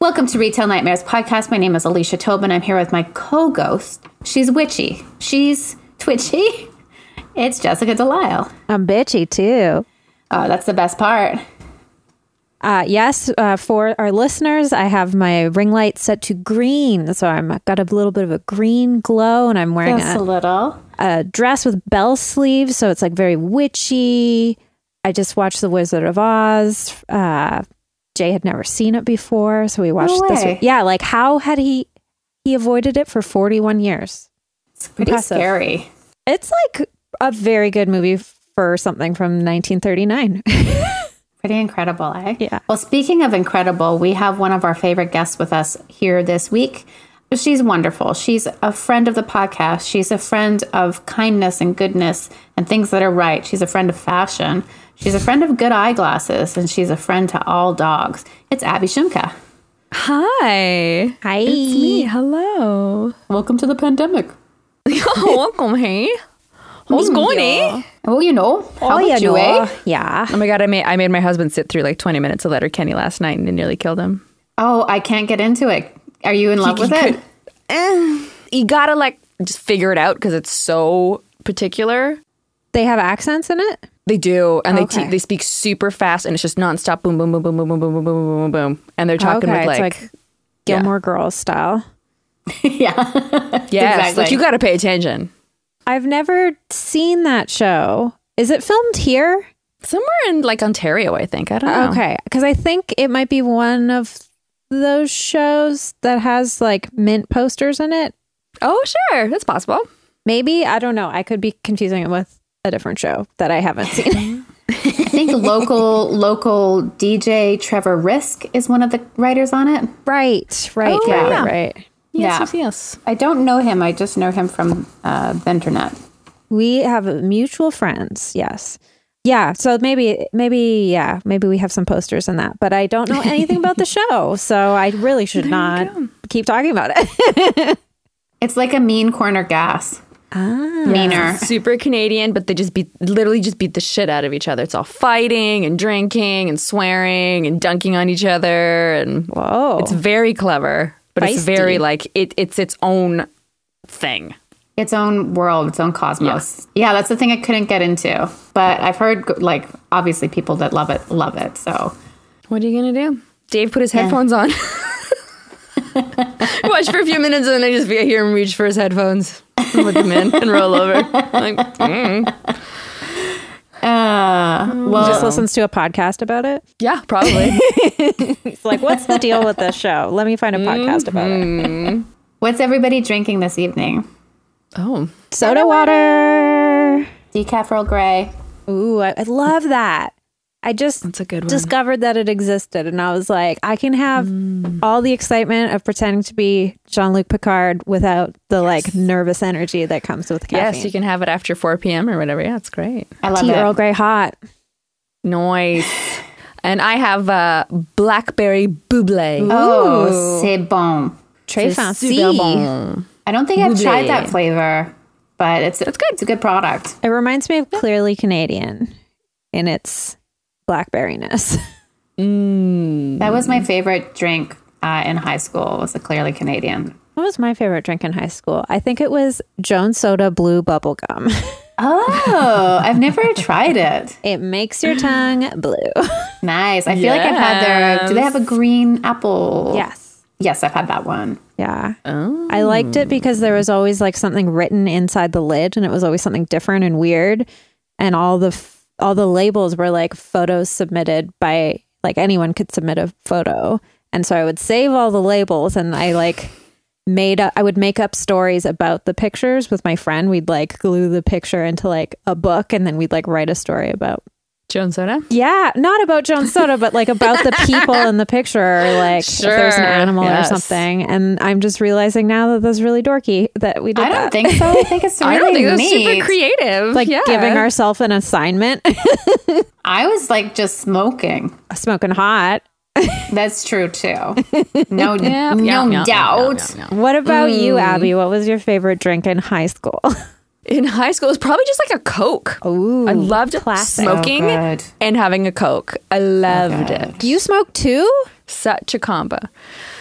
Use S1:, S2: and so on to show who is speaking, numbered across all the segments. S1: Welcome to Retail Nightmares podcast. My name is Alicia Tobin. I'm here with my co-ghost. She's witchy. She's twitchy. It's Jessica Delisle.
S2: I'm bitchy too.
S1: Oh, that's the best part.
S2: Uh, yes, uh, for our listeners, I have my ring light set to green, so I'm got a little bit of a green glow, and I'm wearing
S1: Just a
S2: a,
S1: little.
S2: a dress with bell sleeves, so it's like very witchy. I just watched The Wizard of Oz. Uh, Jay had never seen it before, so we watched this.
S1: way.
S2: Yeah, like how had he he avoided it for 41 years?
S1: It's pretty
S2: Impressive.
S1: scary.
S2: It's like a very good movie for something from 1939.
S1: Pretty incredible, eh?
S2: Yeah.
S1: Well, speaking of incredible, we have one of our favorite guests with us here this week. She's wonderful. She's a friend of the podcast. She's a friend of kindness and goodness and things that are right. She's a friend of fashion. She's a friend of good eyeglasses, and she's a friend to all dogs. It's Abby Shimka.
S3: Hi.
S2: Hi,
S3: It's me. Hello.
S1: Welcome to the pandemic.
S3: Welcome, hey. How's going, eh?
S1: Oh, you know, how
S2: Oh,
S1: about
S2: yeah,
S1: you, eh?
S2: no. yeah.
S3: Oh my god, I made I made my husband sit through like 20 minutes of Letterkenny last night and it nearly killed him.
S1: Oh, I can't get into it. Are you in love with it?
S3: You gotta like just figure it out because it's so particular.
S2: They have accents in it.
S3: They do, and they
S2: Okay.
S3: te- they speak super fast, and it's just nonstop boom, boom, boom, boom, boom, boom, boom, boom, boom, boom, boom, boom, and they're talking
S2: okay,
S3: with like,
S2: it's like Gilmore Girls style.
S1: yeah.
S3: yes, like
S1: exactly.
S3: you gotta pay attention.
S2: I've never seen that show. Is it filmed here?
S3: Somewhere in like Ontario, I think. I don't know.
S2: Okay, because I think it might be one of those shows that has like mint posters in it.
S3: Oh sure, that's possible.
S2: Maybe I don't know. I could be confusing it with a different show that I haven't seen.
S1: I think local local DJ Trevor Risk is one of the writers on it.
S2: right, right,
S3: Oh,
S2: right,
S3: yeah.
S2: right, right.
S1: Yeah.
S3: Yes, yes, yes.
S1: I don't know him. I just know him from uh, the internet.
S2: We have mutual friends. Yes. Yeah, so maybe, maybe, yeah, maybe we have some posters in that, but I don't know anything about the show, so I really should not keep talking about it.
S1: It's like a mean corner gas.
S2: Ah.
S1: Meaner.
S3: super Canadian, but they just beat literally just beat the shit out of each other. It's all fighting and drinking and swearing and dunking on each other and
S2: Whoa.
S3: it's very clever, but it's
S2: Feisty.
S3: very like it it's its own thing.
S1: Its own world, its own cosmos. Yeah. that's the thing I couldn't get into. But I've heard, like, obviously people that love it love it. So
S3: What are you gonna do? Dave put his headphones on. Watch for a few minutes and then I just be- I hear him reach for his headphones, look him in, and roll over. I'm like, mm,
S1: well,
S2: just listens to a podcast about it.
S3: yeah, probably.
S2: It's like, what's the deal with this show? Let me find a podcast about it.
S1: what's everybody drinking this evening?
S3: oh,
S2: Soda water.
S1: Decaf Earl Grey.
S2: Ooh, I, I love that. I just
S3: that's a good one.
S2: discovered that it existed, and I was like, I can have
S3: Mm.
S2: all the excitement of pretending to be Jean Luc Picard without the like nervous energy that comes with caffeine.
S3: yes, you can have it after 4 p.m. or whatever. Yeah, it's great.
S1: I love
S2: Tea
S1: it.
S2: Earl Grey hot.
S3: Nice. and I have uh, blackberry buble.
S1: Oh, c'est bon.
S2: Trey found
S3: Super bon.
S1: I don't think I've
S3: Buble.
S1: tried that flavor, but it's, it's good. It's a good product.
S2: It reminds me of clearly Canadian in its blackberryness.
S1: That was my favorite drink uh, in high school. Was a clearly Canadian.
S2: What was my favorite drink in high school? I think it was Jones Soda Blue Bubblegum.
S1: Oh, I've never tried it.
S2: It makes your tongue blue.
S1: Nice. I feel like I've had their. Do they have a green apple?
S2: yes.
S1: Yes, I've had that one.
S2: Yeah. I liked it because there was always like something written inside the lid and it was always something different and weird and all the f- all the labels were like photos submitted by like anyone could submit a photo. And so I would save all the labels and I like made up I would make up stories about the pictures with my friend. We'd like glue the picture into like a book and then we'd like write a story about
S3: Joan Soda?
S2: Yeah, not about Joan Soda, but like about the people in the picture, or like if there's an
S3: Sure,
S2: animal
S3: yes.
S2: or something. And I'm just realizing now that that's really dorky that we did
S1: I don't
S2: that.
S1: think so. I think it's really
S3: I don't think that's
S1: neat.
S3: super creative.
S2: like
S3: yeah.
S2: giving ourselves an assignment,
S1: I was like just smoking.
S2: smoking hot.
S1: That's true too. No,
S3: Yeah,
S1: no
S3: yeah, yeah,
S1: doubt.
S3: yeah, yeah, yeah.
S2: What about you, Abby? What was your favorite drink in high school?
S3: In high school, it was probably just like a Coke.
S2: Ooh,
S3: I loved
S2: classic.
S3: smoking
S1: So good.
S3: and having a Coke. I loved it.
S2: you smoked too?
S3: Such a combo.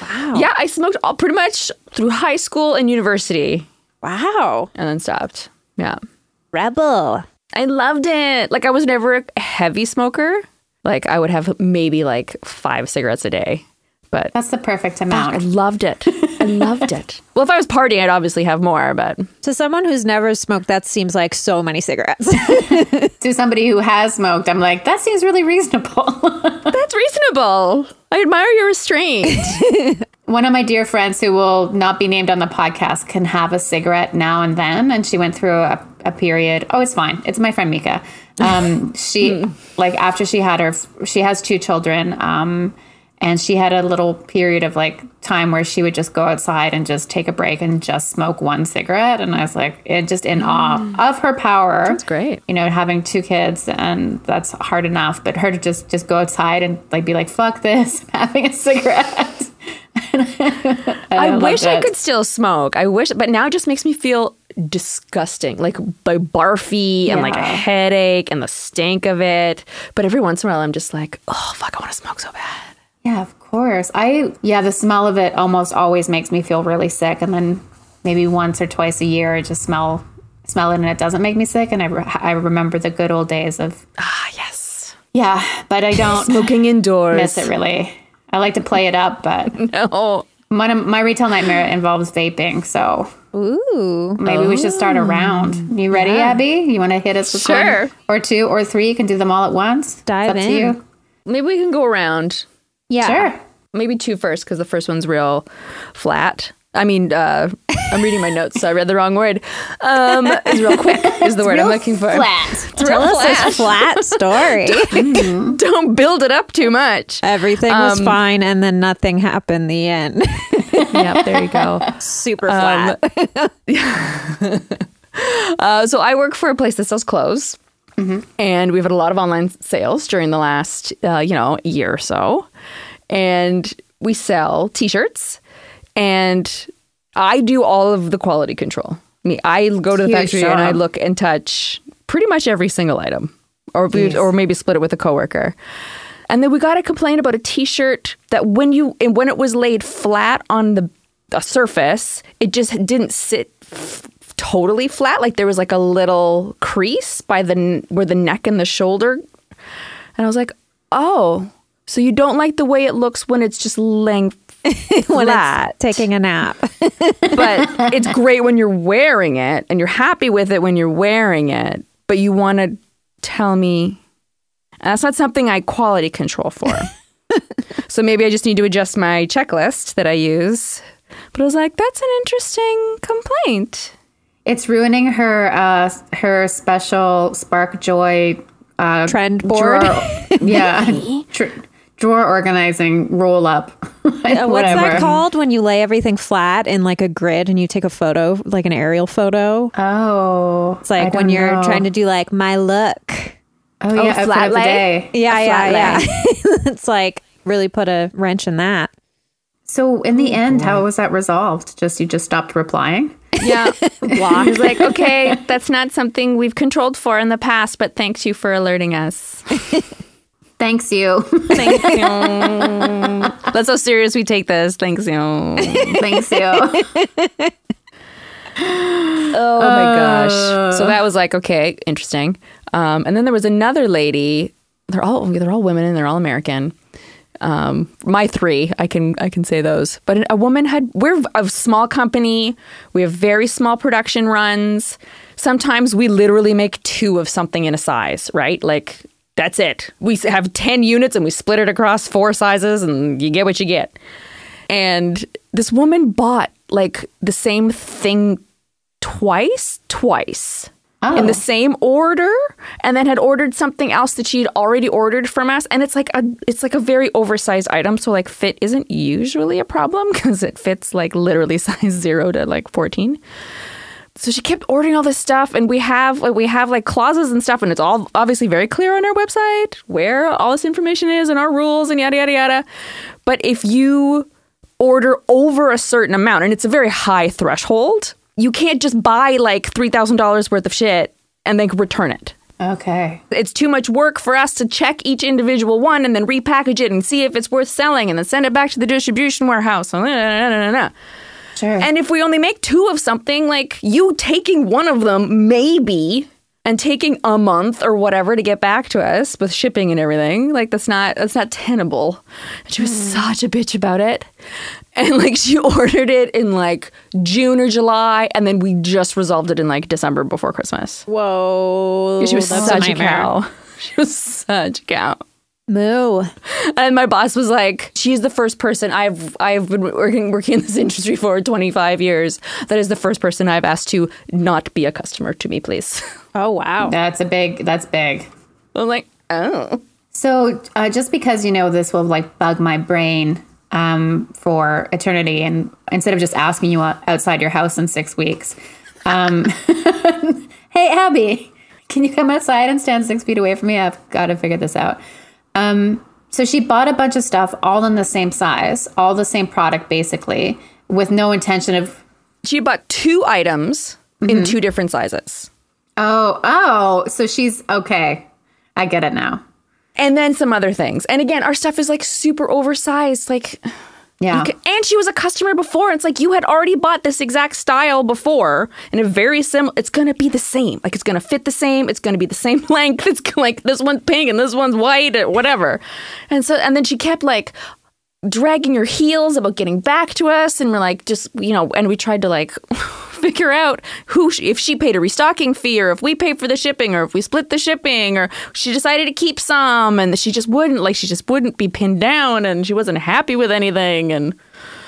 S2: Wow.
S3: Yeah, I smoked all, pretty much through high school and university
S2: Wow.
S3: and then stopped. Yeah.
S2: Rebel.
S3: I loved it. Like I was never a heavy smoker. Like I would have maybe like five cigarettes a day. But
S1: That's the perfect
S3: I
S1: amount.
S3: loved it. I loved it. Well, if I was partying, I'd obviously have more, but
S2: To someone who's never smoked, that seems like so many cigarettes.
S1: To somebody who has smoked, I'm like, that seems really reasonable.
S3: that's reasonable. I admire your restraint.
S1: One of my dear friends who will not be named on the podcast can have a cigarette now and then. And she went through a, a period. Oh, it's fine. It's my friend Mika. Um, she, like, after she had her, she has two children. Um, and she had a little period of like time where she would just go outside and just take a break and just smoke one cigarette. And I was like, and just in awe of her power. That's
S3: great.
S1: you know, having two kids and that's hard enough. But her to just just go outside and like be like, "Fuck this!" I'm having a cigarette.
S3: I,
S1: loved
S3: wish I
S1: it.
S3: could still smoke. I wish, but now it just makes me feel disgusting, like by barfy and like a
S1: Yeah.
S3: headache and the stink of it. But every once in a while, I'm just like, oh fuck, I want to smoke so bad.
S1: Yeah, of course. I yeah, the smell of it almost always makes me feel really sick, and then maybe once or twice a year, I just smell smell it, and it doesn't make me sick, and I re- I remember the good old days of
S3: Ah, yes,
S1: yeah, but I don't
S3: smoking indoors.
S1: miss it really. I like to play it up, but
S3: No,
S1: one of my retail nightmare involves vaping, so
S2: Ooh.
S1: Maybe we should start a round. You ready, Abby? You want to hit us with
S3: Sure.
S1: one or two or three? You can do them all at once. It's
S2: Dive
S1: up to
S2: in.
S1: you.
S3: maybe we can go around.
S2: Yeah.
S1: Sure.
S3: Maybe two first because the first one's real flat. I mean, uh, I'm reading my notes, so I read the wrong word. Um, it's real quick is the word I'm looking for.
S1: Flat.
S3: It's
S2: Tell
S3: real
S2: us this flat story.
S3: Don't build it up too much.
S2: Everything was fine and then nothing happened the end.
S3: yep, there you go.
S2: Super flat.
S3: Uh, so I work for a place that sells clothes,
S1: Mm-hmm.
S3: and we've had a lot of online sales during the last, uh, you know, year or so. And we sell T-shirts, and I do all of the quality control. I mean, I go to the
S1: Huge
S3: factory and I
S1: job.
S3: look and touch pretty much every single item, or we, or maybe split it with a coworker. And then we got a complaint about a T-shirt that when you and when it was laid flat on the a surface, it just didn't sit f- totally flat. Like there was like a little crease by the n- where the neck and the shoulder. And I was like, oh, so you don't like the way it looks when it's just laying
S2: when
S3: flat,
S2: it's taking a nap.
S3: but it's great when you're wearing it and you're happy with it when you're wearing it. But you want to tell me and that's not something I quality control for. so maybe I just need to adjust my checklist that I use. But I was like, that's an interesting complaint.
S1: It's ruining her uh, her special spark joy uh,
S2: Trend
S1: drawer.
S2: board.
S1: yeah, tr- drawer organizing roll up.
S2: Uh,
S1: Whatever.
S2: What's that called when you lay everything flat in like a grid and you take a photo, like an aerial photo?
S1: Oh,
S2: It's like when you're trying to do like my look.
S1: Oh yeah, outfit
S3: flat
S1: of the
S3: lay?
S1: day.
S2: Yeah,
S3: flat
S2: yeah, yeah. it's like really put a wrench in that.
S1: So in
S2: Oh,
S1: the end, how was that resolved? Just you just stopped replying.
S3: Yeah. Block. I was like, okay, that's not something we've controlled for in the past, but thanks you for alerting us.
S1: Thanks you.
S3: Thank you. That's how serious we take this. Thanks you. Oh
S1: Thanks you.
S3: Oh my gosh. So that was like, okay, interesting. Um, and then there was another lady. They're all they're all women and they're all American. Um, my three, I can I can say those. But a woman had we're a small company. We have very small production runs. Sometimes we literally make two of something in a size, right? Like that's it. We have ten units and we split it across four sizes, and you get what you get. And this woman bought like the same thing twice, twice in the same order and then had ordered something else that she'd already ordered from us and it's like a it's like a very oversized item so like fit isn't usually a problem cuz it fits like literally size 0 to like 14 so she kept ordering all this stuff and we have like we have like clauses and stuff and it's all obviously very clear on our website where all this information is and our rules and yada yada yada but if you order over a certain amount and it's a very high threshold you can't just buy like $3000 worth of shit and then return it
S1: Okay.
S3: It's too much work for us to check each individual one and then repackage it and see if it's worth selling and then send it back to the distribution warehouse. And,
S1: Sure.
S3: and if we only make two of something, like you taking one of them, maybe, and taking a month or whatever to get back to us with shipping and everything, like that's not that's not tenable. And she was such a bitch about it. And like she ordered it in like June or July, and then we just resolved it in like December before Christmas.
S2: Whoa.
S3: She was
S2: Oh, that's
S3: such a,
S2: nightmare.
S3: cow. She was such a cow.
S2: Moo.
S3: And my boss was like, "She's the first person I've I've been working working in this industry for 25 years. That is the first person I've asked to not be a customer to me, please."
S2: Oh, wow.
S1: that's a big, that's big.
S3: I'm like, "Oh,
S1: So, uh, just because you know this will like bug my brain um, for eternity, and instead of just asking you out- outside your house in six weeks, um, hey Abby, can you come outside and stand six feet away from me? I've got to figure this out. Um, so she bought a bunch of stuff, all in the same size, all the same product, basically, with no intention of
S3: she bought two items
S2: Mm-hmm.
S3: in two different sizes,
S1: oh oh. So she's okay. I get it now.
S3: and then some other things. And again, our stuff is like super oversized, like."
S1: Yeah.
S3: Okay, And she was a customer before. It's like you had already bought this exact style before and a very similar. It's going to be the same. Like it's going to fit the same. It's going to be the same length. It's g- like this one's pink and this one's white or whatever. And so, and then she kept like dragging her heels about getting back to us. And we're like, just, you know, and we tried to like figure out who, sh- if she paid a restocking fee or if we paid for the shipping or if we split the shipping or she decided to keep some and she just wouldn't, like, she just wouldn't be pinned down and she wasn't happy with anything. And,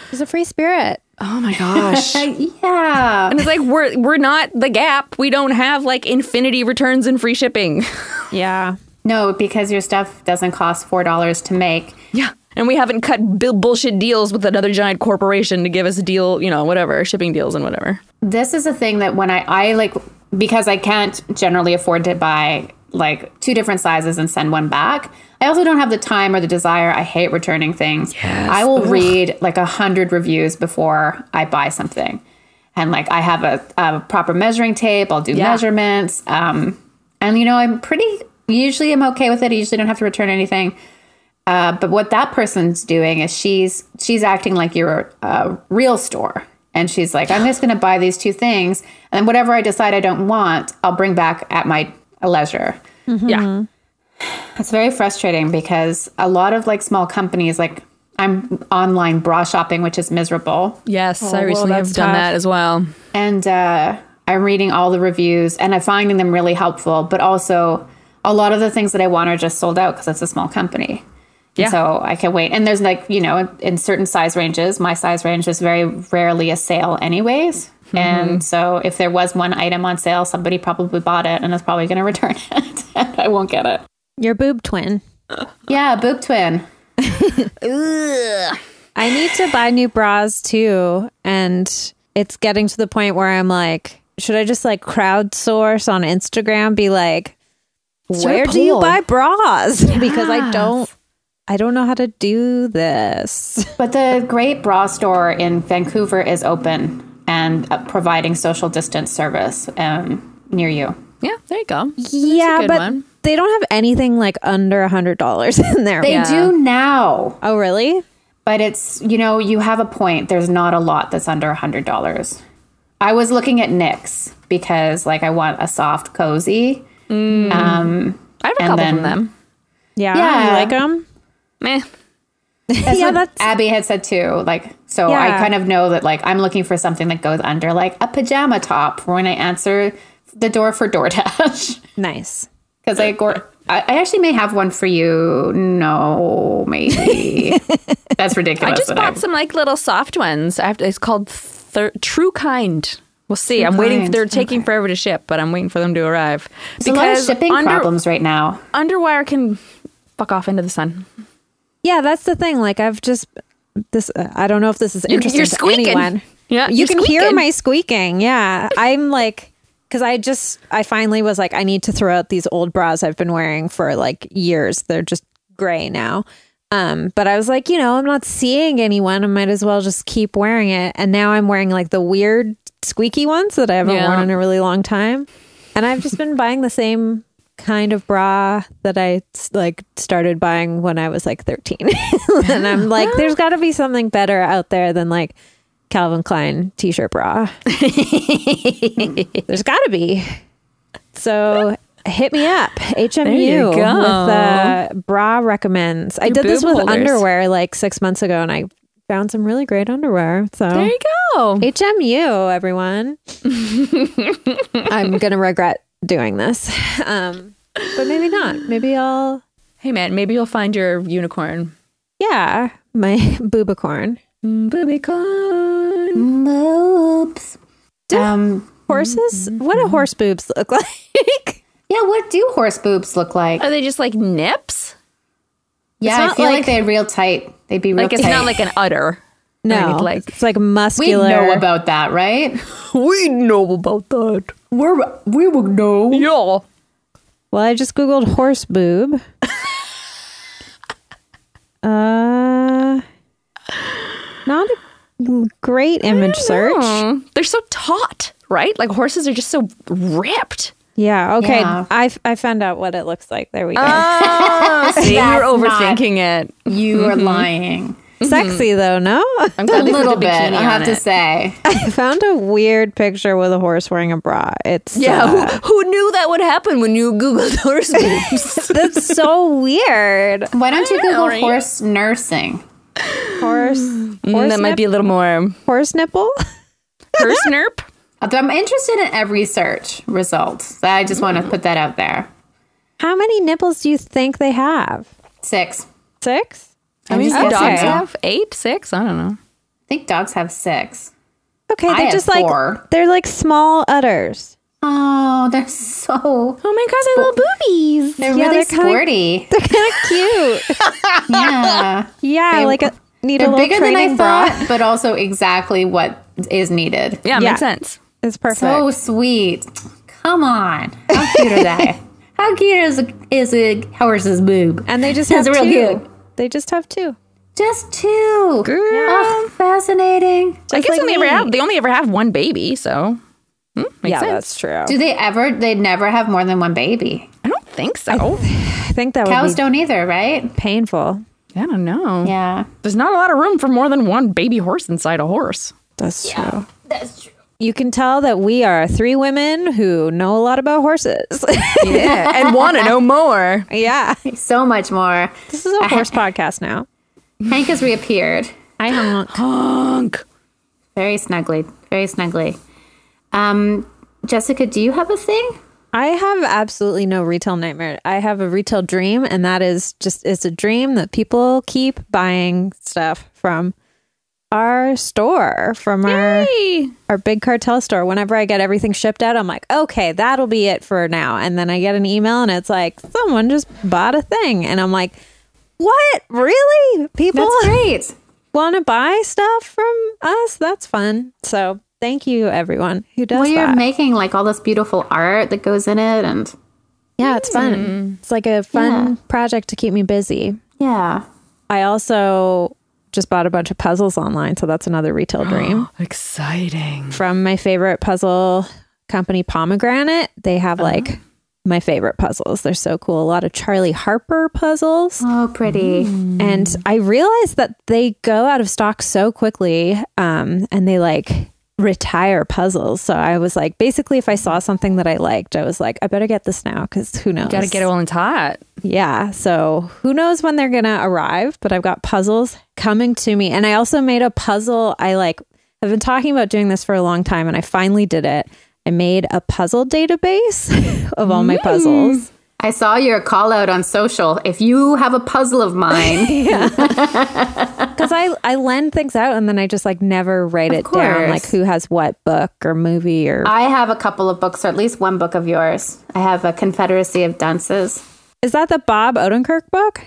S2: She's a free spirit.
S3: Oh my gosh. and
S1: yeah.
S3: it's like we're we're not the gap. We don't have like infinity returns and free shipping.
S2: Yeah.
S1: No, because your stuff doesn't cost four dollars to make.
S3: yeah. And we haven't cut bill bullshit deals with another giant corporation to give us a deal, you know, whatever, shipping deals and whatever.
S1: This is a thing that when I, I like because I can't generally afford to buy like two different sizes and send one back. I also don't have the time or the desire. I hate returning things. I will read like a hundred reviews before I buy something. And like I have a, a proper measuring tape, I'll do measurements. Um, and you know, I'm pretty usually I'm okay with it. I usually don't have to return anything. Uh, but what that person's doing is she's she's acting like you're a real store, and she's like, I'm just going to buy these two things, and then whatever I decide I don't want, I'll bring back at my leisure.
S3: Yeah.
S1: It's very frustrating because a lot of like small companies, like I'm online bra shopping, which is miserable,
S3: Yes, I
S2: well,
S3: recently have
S2: that's
S3: done
S2: tough.
S3: that as well.
S1: and uh, I'm reading all the reviews and I'm finding them really helpful. But also, a lot of the things that I want are just sold out because it's a small company. And
S3: Yeah.
S1: So I can wait. And there's like, you know, in, in certain size ranges, my size range is very rarely a sale, anyways. And so if there was one item on sale, somebody probably bought it and is probably going to return it. and I won't get it.
S2: Your boob twin.
S1: Yeah, boob twin.
S2: I need to buy new bras too. And it's getting to the point where I'm like, should I just like crowdsource on Instagram? Be like,
S3: a
S2: where do you
S3: poll.
S2: buy bras? Because I don't, I don't know how to do this.
S1: But the great bra store in Vancouver is open and uh, providing social distance service um, near you.
S3: Yeah, there you go.
S2: yeah,
S3: good
S2: but
S3: one.
S2: they don't have anything like under a hundred dollars in there.
S1: They
S3: Yeah.
S1: do now.
S2: oh, really?
S1: But it's, you know, you have a point. There's not a lot that's under $100. I was looking at Nix because, like, I want a soft cozy.
S3: Mm.
S1: Um,
S3: I have a
S1: And
S3: couple
S1: then-
S3: from them.
S2: Yeah,
S1: Yeah.
S2: you like them?
S3: Meh.
S1: That's
S2: Yeah,
S1: what
S2: that's-
S1: Abby had said too. Like, so I
S2: Yeah.
S1: kind of know that, like, I'm looking for something that goes under, like, a pajama top when I answer the door for DoorDash.
S2: Nice.
S1: Because I, go- I I actually may have one for you. No, maybe. That's ridiculous.
S3: I just
S1: that
S3: bought some like little soft ones. I have to, it's called thir- True Kind. We'll see. I'm waiting.
S1: Kind.
S3: They're taking forever to ship, but I'm waiting for them to arrive.
S1: There's a lot of shipping
S3: under-
S1: problems right now.
S3: underwire can fuck off into the sun.
S2: Yeah, that's the thing. Like I've just this. Uh, I don't know if this is interesting
S3: you're
S2: to
S3: squeaking.
S2: anyone.
S3: Yeah,
S2: you
S3: you're
S2: can hear
S3: squeaking.
S2: my squeaking. Yeah, I'm like because I just I finally was like I need to throw out these old bras I've been wearing for like years. They're just gray now. Um, but I was like, you know, I'm not seeing anyone. I might as well just keep wearing it. And now I'm wearing like the weird squeaky ones that I haven't
S3: Yeah.
S2: worn in a really long time. And I've just been buying the same kind of bra that I like started buying when I was like 13. and I'm like, there's got to be something better out there than like Calvin Klein t shirt bra. there's got to be. So hit me up, HMU,
S3: you
S2: with
S3: go.
S2: uh, bra recommends. I did this
S3: boob
S2: with
S3: holders.
S2: underwear like six months ago and I found some really great underwear. So
S3: There you go.
S2: HMU, everyone. I'm gonna regret doing this, um, but maybe not. Maybe I'll.
S3: Hey, man, maybe you'll find your unicorn.
S2: Yeah, my boobicorn
S3: Boobicorn.
S1: Boobs. Um,
S2: horses. What do horse boobs look like?
S1: yeah, what do horse boobs look like?
S3: Are they just like nips?
S1: yeah, I
S2: not
S1: feel like,
S2: like-
S1: they're real tight. They'd be real
S3: Like
S1: tight.
S3: it's not like an udder.
S2: no,
S3: Right, like-
S2: it's like
S1: we
S2: muscular.
S1: know about that, right?
S3: We know about that.
S1: We're, we would know.
S3: Yeah.
S2: well, I just googled horse boob. uh, not a great image search.
S3: Hmm. They're so taut, right? Like horses are just so ripped.
S2: Yeah. Okay.
S1: Yeah. Uh,
S2: I f- I found out what it looks like. There we go.
S3: Oh, see, you're
S1: That's
S3: overthinking it.
S1: You are lying.
S2: Sexy though, no?
S3: Mm-hmm. I'm
S1: A
S3: glad they put
S1: little
S3: the
S1: bit,
S3: bikini
S1: I have
S3: on
S1: to
S3: it.
S1: say.
S2: I found a weird picture with a horse wearing a bra. It's
S3: Yeah, Mm,
S2: uh,
S3: who, who knew that would happen when you Googled horse boobs?
S2: that's so weird.
S1: Why don't you Google
S3: right?
S1: horse nursing?
S2: Horse, horse,
S3: Mm, that might
S2: nip-
S3: be a little more
S2: horse nipple.
S3: horse nerp.
S1: I'm interested in every search result. I just want to put that out there.
S2: How many nipples do you think they have?
S1: Six.
S2: Six.
S1: I mean,
S3: Do
S2: Okay.
S3: dogs have eight, six? I don't know.
S1: I think dogs have six.
S2: Okay,
S1: I
S2: they're
S1: have
S2: just like
S1: four.
S2: they're like small udders.
S1: Oh, they're so
S3: Oh my gosh, I love boobies.
S1: they're
S2: Yeah,
S1: really
S2: they're kinda-
S1: sporty.
S2: They're kind of cute.
S1: yeah,
S2: yeah, like a need a
S1: they're
S2: little
S1: bigger than I
S2: training bra.
S1: thought, but also exactly what is needed.
S3: Yeah,
S2: Yeah.
S3: makes sense.
S2: It's perfect.
S1: So sweet. Come on, how cute are they? How cute is a, is a horse's boob?
S2: and they just have
S1: That's
S2: two.
S1: real cute.
S2: They just have two.
S1: Just two.
S3: Girl.
S1: Oh, fascinating.
S3: I
S2: Just
S3: guess
S2: like
S3: they only
S2: me.
S3: ever have they only ever have one baby, so hmm, makes
S2: yeah,
S3: sense.
S2: that's true.
S1: Do they ever? They never have more than one baby.
S3: I don't think so.
S2: I think that would
S1: Cows
S2: be
S1: don't either, right?
S2: painful.
S3: I don't know.
S1: Yeah.
S3: There's not a lot of room for more than one baby horse inside a horse.
S2: That's true.
S1: That's true.
S2: You can tell that we are three women who know a lot about horses.
S3: Yeah, and want to know more.
S2: yeah.
S1: So much more.
S2: This is a horse podcast now.
S1: Hank has reappeared.
S2: I honk.
S3: Honk.
S1: Very snugly. Very snugly. Um, Jessica, do you have a thing?
S2: I have absolutely no retail nightmare. I have a retail dream, and that is just it's a dream that people keep buying stuff from our store, from our our big cartel store. Whenever I get everything shipped out, I'm like, okay, that'll be it for now. And then I get an email, and it's like someone just bought a thing, and I'm like, what? Really? People
S1: That's great.
S2: want to buy stuff from us? That's fun. So thank you, everyone who does
S1: Well, you're
S2: that.
S1: making like all this beautiful art that goes in it, and
S2: Yeah, it's
S1: Mm.
S2: fun. It's like a fun project to keep me busy.
S1: yeah.
S2: I also just bought a bunch of puzzles online, so that's another retail dream.
S3: Exciting.
S2: From my favorite puzzle company Pomegranate, they have
S1: Uh-huh.
S2: like my favorite puzzles. They're so cool. A lot of Charlie Harper puzzles.
S1: Oh, pretty.
S2: Mm. And
S3: Mm.
S2: I realized that they go out of stock so quickly um, and they like retire puzzles. So I was like, basically, if I saw something that I liked, I was like, I better get this now because who knows?
S3: Gotta get it while it's hot.
S2: Yeah. So who knows when they're going to arrive, but I've got puzzles coming to me. And I also made a puzzle. I like, I've been talking about doing this for a long time and I finally did it. I made a puzzle database of all my
S3: Mm.
S2: puzzles.
S1: I saw your call out on social. If you have a puzzle of mine,
S2: Cause I, I lend things out and then I just like never write it down,
S1: course. Uh,
S2: like who has what book or movie or.
S1: I have a couple of books, or at least one book of yours. I have a Confederacy of Dunces.
S2: Is that the Bob Odenkirk book?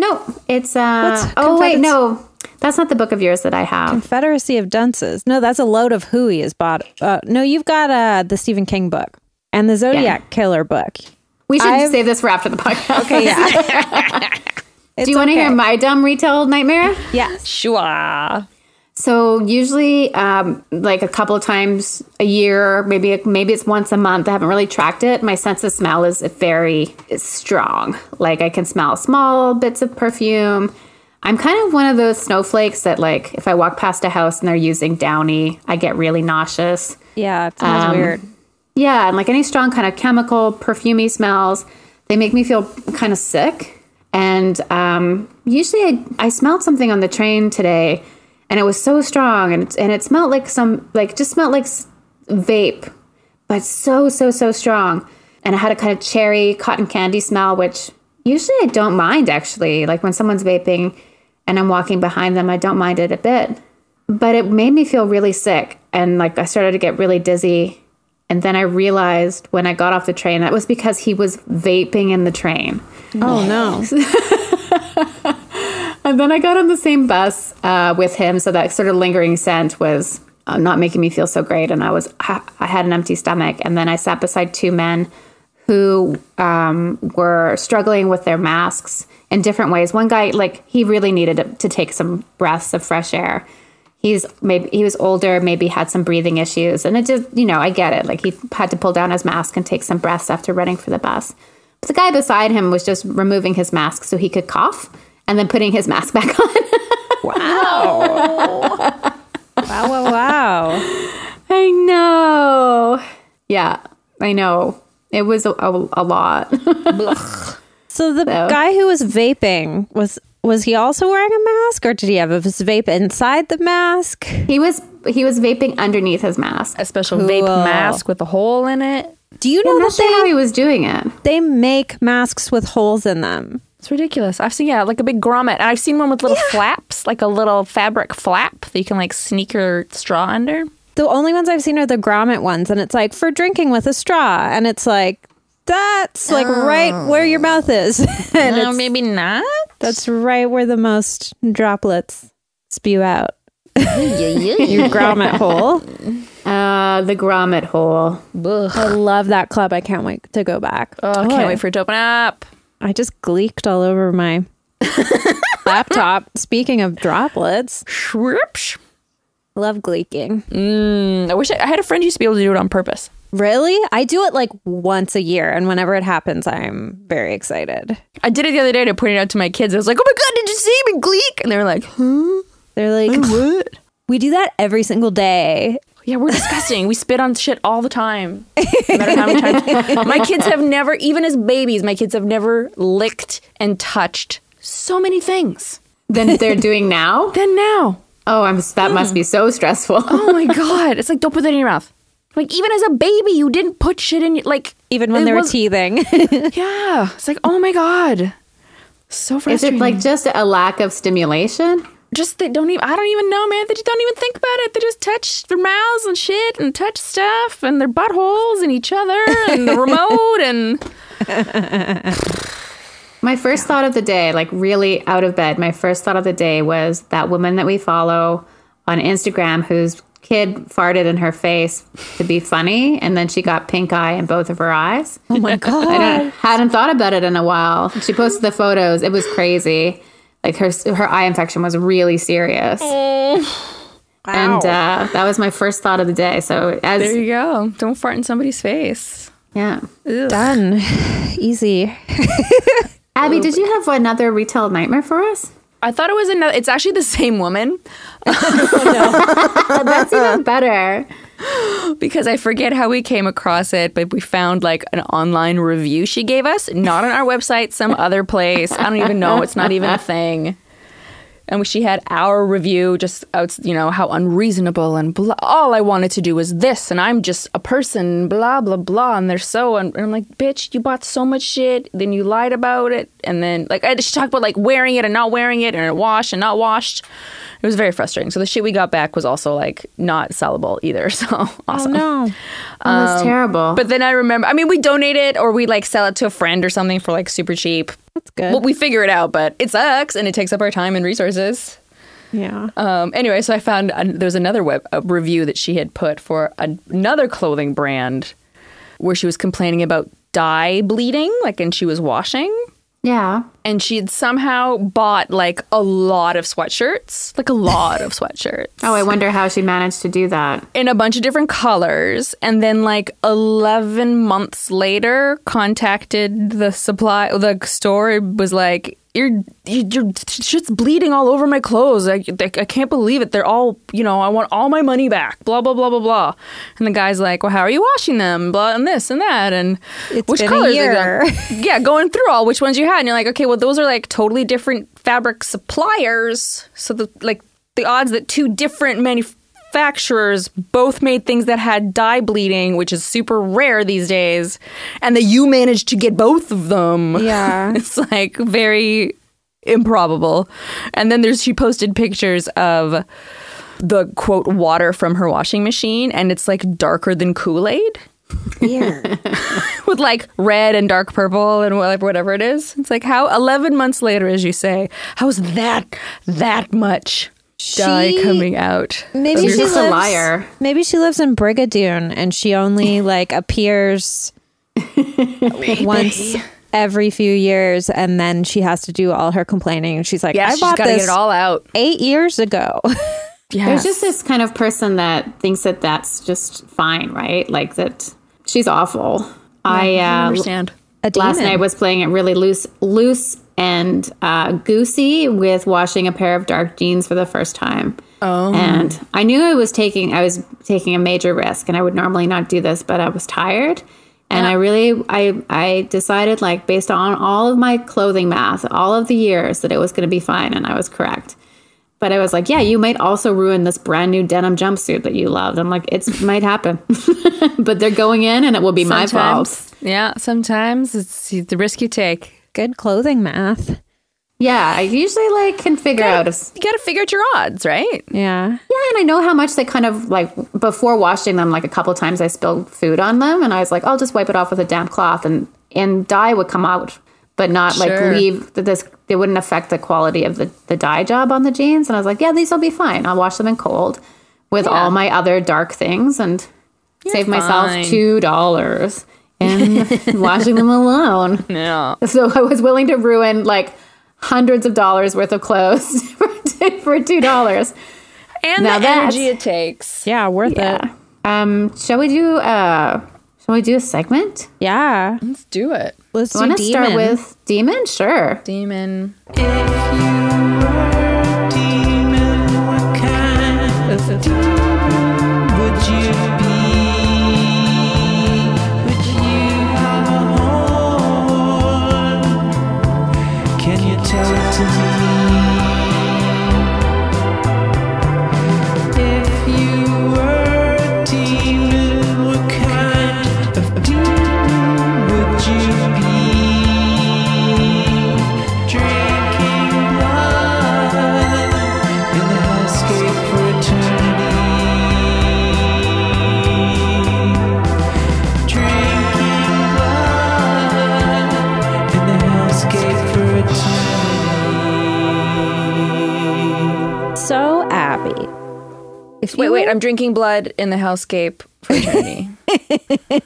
S1: No, it's uh.
S2: What's
S1: oh wait,
S2: Confederacy-
S1: no, that's not the book of yours that I have.
S2: Confederacy of Dunces. No, that's a load of hooey is Bob. Uh, no, you've got uh, the Stephen King book and the Zodiac Killer book.
S1: We should
S2: I've-
S1: save this for after the podcast.
S2: Okay, yeah.
S1: Do you want to
S2: okay.
S1: hear my dumb retail nightmare?
S2: Yes.
S3: Sure.
S1: So usually, um, like a couple of times a year, maybe maybe it's once a month. I haven't really tracked it. My sense of smell is very strong. Like I can smell small bits of perfume. I'm kind of one of those snowflakes that, like, if I walk past a house and they're using Downy, I get really nauseous.
S2: Yeah, it
S1: Um,
S2: sounds weird.
S1: Yeah, and like any strong kind of chemical, perfumey smells, they make me feel kind of sick. And um, usually I, I smelled something on the train today and it was so strong and, and it smelled like some, like just smelled like s- vape, but so, so, so strong. And it had a kind of cherry cotton candy smell, which usually I don't mind actually. Like when someone's vaping and I'm walking behind them, I don't mind it a bit. But it made me feel really sick and like I started to get really dizzy and then I realized when I got off the train that was because he was vaping in the train.
S2: Oh no.
S1: And then I got on the same bus uh, with him, so that sort of lingering scent was uh, not making me feel so great. And I was I had an empty stomach. And then I sat beside two men who um, were struggling with their masks in different ways. One guy, like he really needed to- to take some breaths of fresh air. He's maybe he was older, maybe had some breathing issues, and it just you know I get it. Like he had to pull down his mask and take some breaths after running for the bus. But the guy beside him was just removing his mask so he could cough, and then putting his mask back on.
S2: Wow, wow, wow.
S1: I know. Yeah, I know. It was a, a, a lot.
S2: So the guy who was vaping was was he also wearing a mask or did he have his vape inside the mask?
S1: he was he was vaping underneath his mask.
S3: A special vape
S2: Cool.
S3: mask with a hole in it.
S2: Do you
S1: I'm
S2: know
S1: not
S2: that
S1: sure how he was doing it.
S2: they, they make masks with holes in them?
S3: It's ridiculous. I've seen yeah, like a big grommet, and I've seen one with little flaps, like a little fabric flap that you can like sneak your straw under.
S2: The only ones I've seen are the grommet ones and it's like for drinking with a straw and it's like that's like right where your mouth is. and
S3: No,
S2: it's,
S3: maybe not.
S2: that's right where the most droplets spew out. Your grommet hole.
S1: Uh, the grommet hole.
S3: Ugh.
S2: I love that club. I can't wait to go back.
S3: Oh, I can't wait for it to open up.
S2: I just gleeked all over my laptop. Speaking of droplets,
S3: Shwirpsh.
S2: love gleeking.
S3: Mm, I wish I, I had a friend who used to be able to do it on purpose.
S2: Really? I do it like once a year, and whenever it happens, I'm very excited.
S3: I did it the other day to point it out to my kids. I was like, "Oh my god, did you see me gleek?" And they were like, "Huh?
S2: They're like,
S3: What?"
S2: we do that every single day.
S3: Yeah, we're disgusting. we spit on shit all the time. No matter how many times. My kids have never, even as babies, my kids have never licked and touched so many things.
S1: Then they're doing now.
S3: Then now,
S1: Oh, I'm that must be so stressful.
S3: oh my god, it's like don't put that in your mouth. Like even as a baby, you didn't put shit in your like.
S2: Even when
S3: it
S2: they were
S3: was-
S2: teething.
S3: Yeah, it's like oh my god, so
S1: Is
S3: frustrating.
S1: it like just a lack of stimulation?
S3: just they don't even I don't even know, man. They just don't even think about it. They just touch their mouths and shit and touch stuff and their buttholes and each other and the remote and
S1: My first thought of the day, like really out of bed, my first thought of the day was that woman that we follow on Instagram whose kid farted in her face to be funny, and then she got pink eye in both of her eyes.
S2: oh my God.
S1: I hadn't thought about it in a while. She posted the photos. It was crazy. Like her her eye infection was really serious, and uh, that was my first thought of the day. So
S3: There
S1: as
S3: you go. Don't fart in somebody's face.
S1: yeah,
S2: Done. Easy.
S1: Abby, did you have another retail nightmare for us?
S3: I thought it was another it's actually the same woman
S1: Oh, that's even better.
S3: because I forget how we came across it, but we found like an online review she gave us, not on our website, some other place. I don't even know. It's not even a thing. And she had our review, just out, you know, how unreasonable and blah. All I wanted to do was this, and I'm just a person, blah, blah, blah. And they're so, un- and I'm like, bitch, you bought so much shit, then you lied about it. And then, like, I, she talked about like wearing it and not wearing it, and it washed and not washed. It was very frustrating. So the shit we got back was also like not sellable either. So awesome.
S2: No.
S1: Oh, that's terrible.
S3: But then I remember, I mean, we donate it or we like sell it to a friend or something for like super cheap.
S2: That's good.
S3: Well, we figure it out, but it sucks and it takes up our time and resources.
S2: yeah.
S3: Um, anyway, so I found uh, there was another web a review that she had put for an- another clothing brand where she was complaining about dye bleeding, like, and she was washing.
S1: Yeah.
S3: and she'd somehow bought like a lot of sweatshirts, like a lot of sweatshirts
S1: Oh, I wonder how she managed to do that.
S3: in a bunch of different colors. And then, like 11 months later, contacted the supply, the store and was like, your, your shit's bleeding all over my clothes. I, I can't believe it. They're all, you know, I want all my money back. Blah, blah, blah, blah, blah. And the guy's like, well, how are you washing them? Blah, and this and that. And
S2: It's
S3: which
S2: been a
S3: colors they
S2: year.
S3: got yeah, going through all which ones you had, and you're like, okay, well, those are like totally different fabric suppliers. So the like the odds that two different manufacturers both made things that had dye bleeding, which is super rare these days, and that you managed to get both of them.
S2: Yeah.
S3: it's like very improbable. And then there's she posted pictures of the quote water from her washing machine and it's like darker than Kool-Aid
S2: Yeah.
S3: with like red and dark purple and whatever, whatever it is. It's like how 11 months later, as you say, how's that that much dye
S2: She-
S3: coming out?
S2: Maybe
S1: She's
S2: she
S1: just a
S2: lives,
S1: liar.
S2: Maybe she lives in Brigadoon and she only like appears once every few years and then she has to do all her complaining. She's like,
S3: Yeah,
S2: I
S3: she's
S2: bought
S3: got to
S2: this
S3: get it all out.
S2: eight years ago.
S3: Yeah,
S1: There's just this kind of person that thinks that that's just fine, right? Like that she's awful.
S3: I
S1: I uh,
S3: understand.
S2: A
S1: last
S2: demon.
S1: night was playing it really loose, loose and uh, goosey with washing a pair of dark jeans for the first time. Oh, and I knew I was taking I was taking a major risk, and I would normally not do this, but I was tired, and I really I I decided like based on all of my clothing math, all of the years that it was going to be fine, and I was correct. But I was like, yeah, you might also ruin this brand new denim jumpsuit that you loved. I'm like, it's might happen, but they're going in, and it will be my fault.
S3: Sometimes- Yeah, sometimes it's the risk you take.
S2: Good clothing math.
S1: Yeah, I usually like can figure out if
S3: You got to figure out your odds, right?
S2: Yeah.
S1: yeah, and I know how much they kind of like before washing them. Like a couple times, I spilled food on them, and I was like, I'll just wipe it off with a damp cloth, and and dye would come out, but not
S3: Sure.
S1: like leave th- this. It wouldn't affect the quality of the the dye job on the jeans, and I was like, yeah, these will be fine. I'll wash them in cold with all my other dark things and save
S3: fine.
S1: myself two dollars in washing them alone.
S3: Yeah.
S1: So I was willing to ruin like hundreds of dollars worth of clothes for two, for two dollars.
S3: And
S1: Now
S3: the
S1: that's-
S3: energy it takes.
S2: Yeah, worth it.
S1: Um, shall we do? Uh, shall we do a segment?
S2: Yeah.
S3: Let's do it.
S2: Let's do
S1: Want
S2: demon.
S1: to start with demon? Sure.
S3: Demon.
S4: Tell it to me if you were a demon, what kind of demon would you be? Drinking blood in the hellscape for eternity. Drinking blood in the hellscape for eternity.
S2: so Abby. If
S3: Wait,
S2: you
S3: wait.
S2: were-
S3: I'm drinking blood in the hellscape for eternity.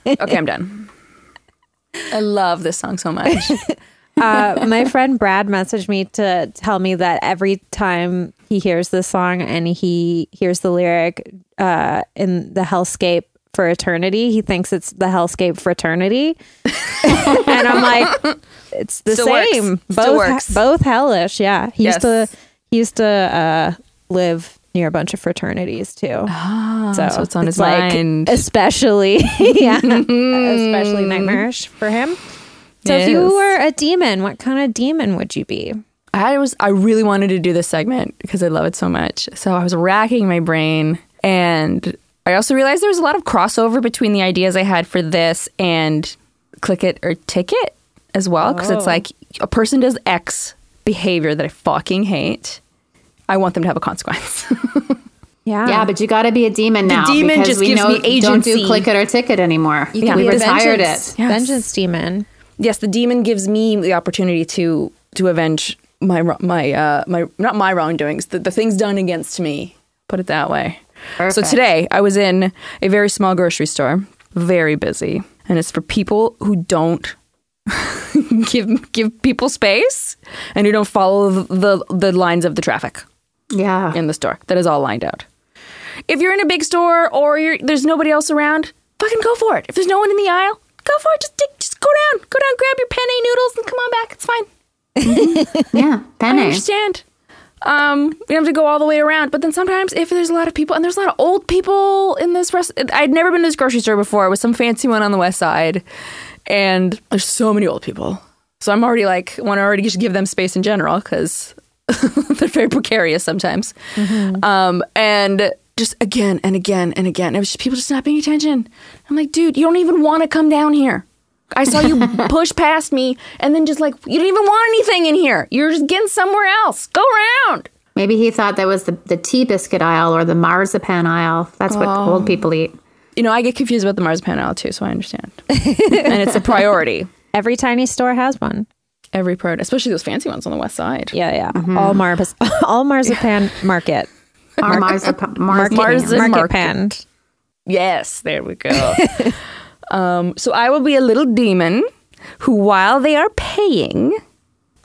S3: okay, I'm done. I love this song so much.
S2: uh, my friend Brad messaged me to tell me that every time he hears this song and he hears the lyric uh, in the hellscape for eternity, he thinks it's the hellscape fraternity. and I'm like, it's the
S3: Still works.
S2: same.
S3: Still
S2: Both
S3: works.
S2: both hellish. Yeah. He used
S3: Yes.
S2: to he used to uh, live near a bunch of fraternities too. so,
S3: Ah, so it's on his mind.
S2: Especially yeah. especially nightmarish for him. Mm. So if you
S3: Yes.
S2: were a demon, what kind of demon would you be?
S3: I was I really wanted to do this segment because I love it so much. So I was racking my brain and I also realized there was a lot of crossover between the ideas I had for this and click it or ticket as well because it's like a person does X behavior that I fucking hate. I want them to have a consequence.
S2: Yeah.
S1: Yeah, but you got to be a demon now.
S3: demon
S1: because
S3: just
S1: we
S3: gives
S1: know
S3: me
S1: Don't do
S3: agency.
S1: click it or ticket anymore.
S2: You could
S1: we
S2: be a
S1: retired
S2: vengeance-
S1: it.
S3: Yes.
S2: Vengeance demon.
S3: yes, the demon gives me the opportunity to to avenge my wro- my uh my not my wrongdoings, the, the things done against me. Put it that way. So
S1: Perfect.
S3: today I was in a very small grocery store, very busy, and it's for people who don't give give people space and who don't follow the the lines of the traffic
S1: Yeah.
S3: in the store that is all lined out. If you're in a big store or you're, there's nobody else around, fucking go for it. If there's no one in the aisle, go for it. Just take, just go down, go down, grab your penne noodles and come on back. It's fine.
S1: Yeah.
S3: I
S1: Penne.
S3: understand. Um, we don't have to go all the way around. But then sometimes, if there's a lot of people, and there's a lot of old people in this rest, I'd never been to this grocery store before. It was some fancy one on the west side, and there's so many old people. So I'm already like, want to already just give them space in general because they're very precarious sometimes. Um, and just again and again and again, it was just people just not paying attention. I'm like, dude, you don't even want to come down here. I saw you push past me and then just like, you don't even want anything in here. You're just getting somewhere else. Go around.
S1: Maybe he thought that was the, the tea biscuit aisle or the marzipan aisle. That's what
S3: Oh.
S1: old people eat.
S3: You know, I get confused about the marzipan aisle too, so I understand. and it's a priority.
S2: Every tiny store has one.
S3: Every product, especially those fancy ones on the west side.
S2: Yeah, yeah.
S1: Mm-hmm.
S2: All Mars, all marzipan market,
S1: Or marzipan.
S2: market,
S3: Marzipan.
S2: market,
S3: Market.
S2: pan.
S3: Yes, there we go. um, so I will be a little demon who, while they are paying,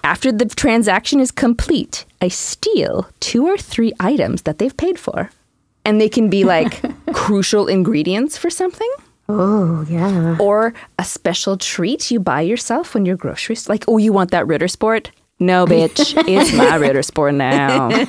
S3: after the transaction is complete, I steal two or three items that they've paid for. And they can be like crucial ingredients for something.
S1: Oh, yeah.
S3: or a special treat you buy yourself when you're grocery store. Like, oh, you want that Ritter Sport? No, bitch, it's my Ritter Sport now. and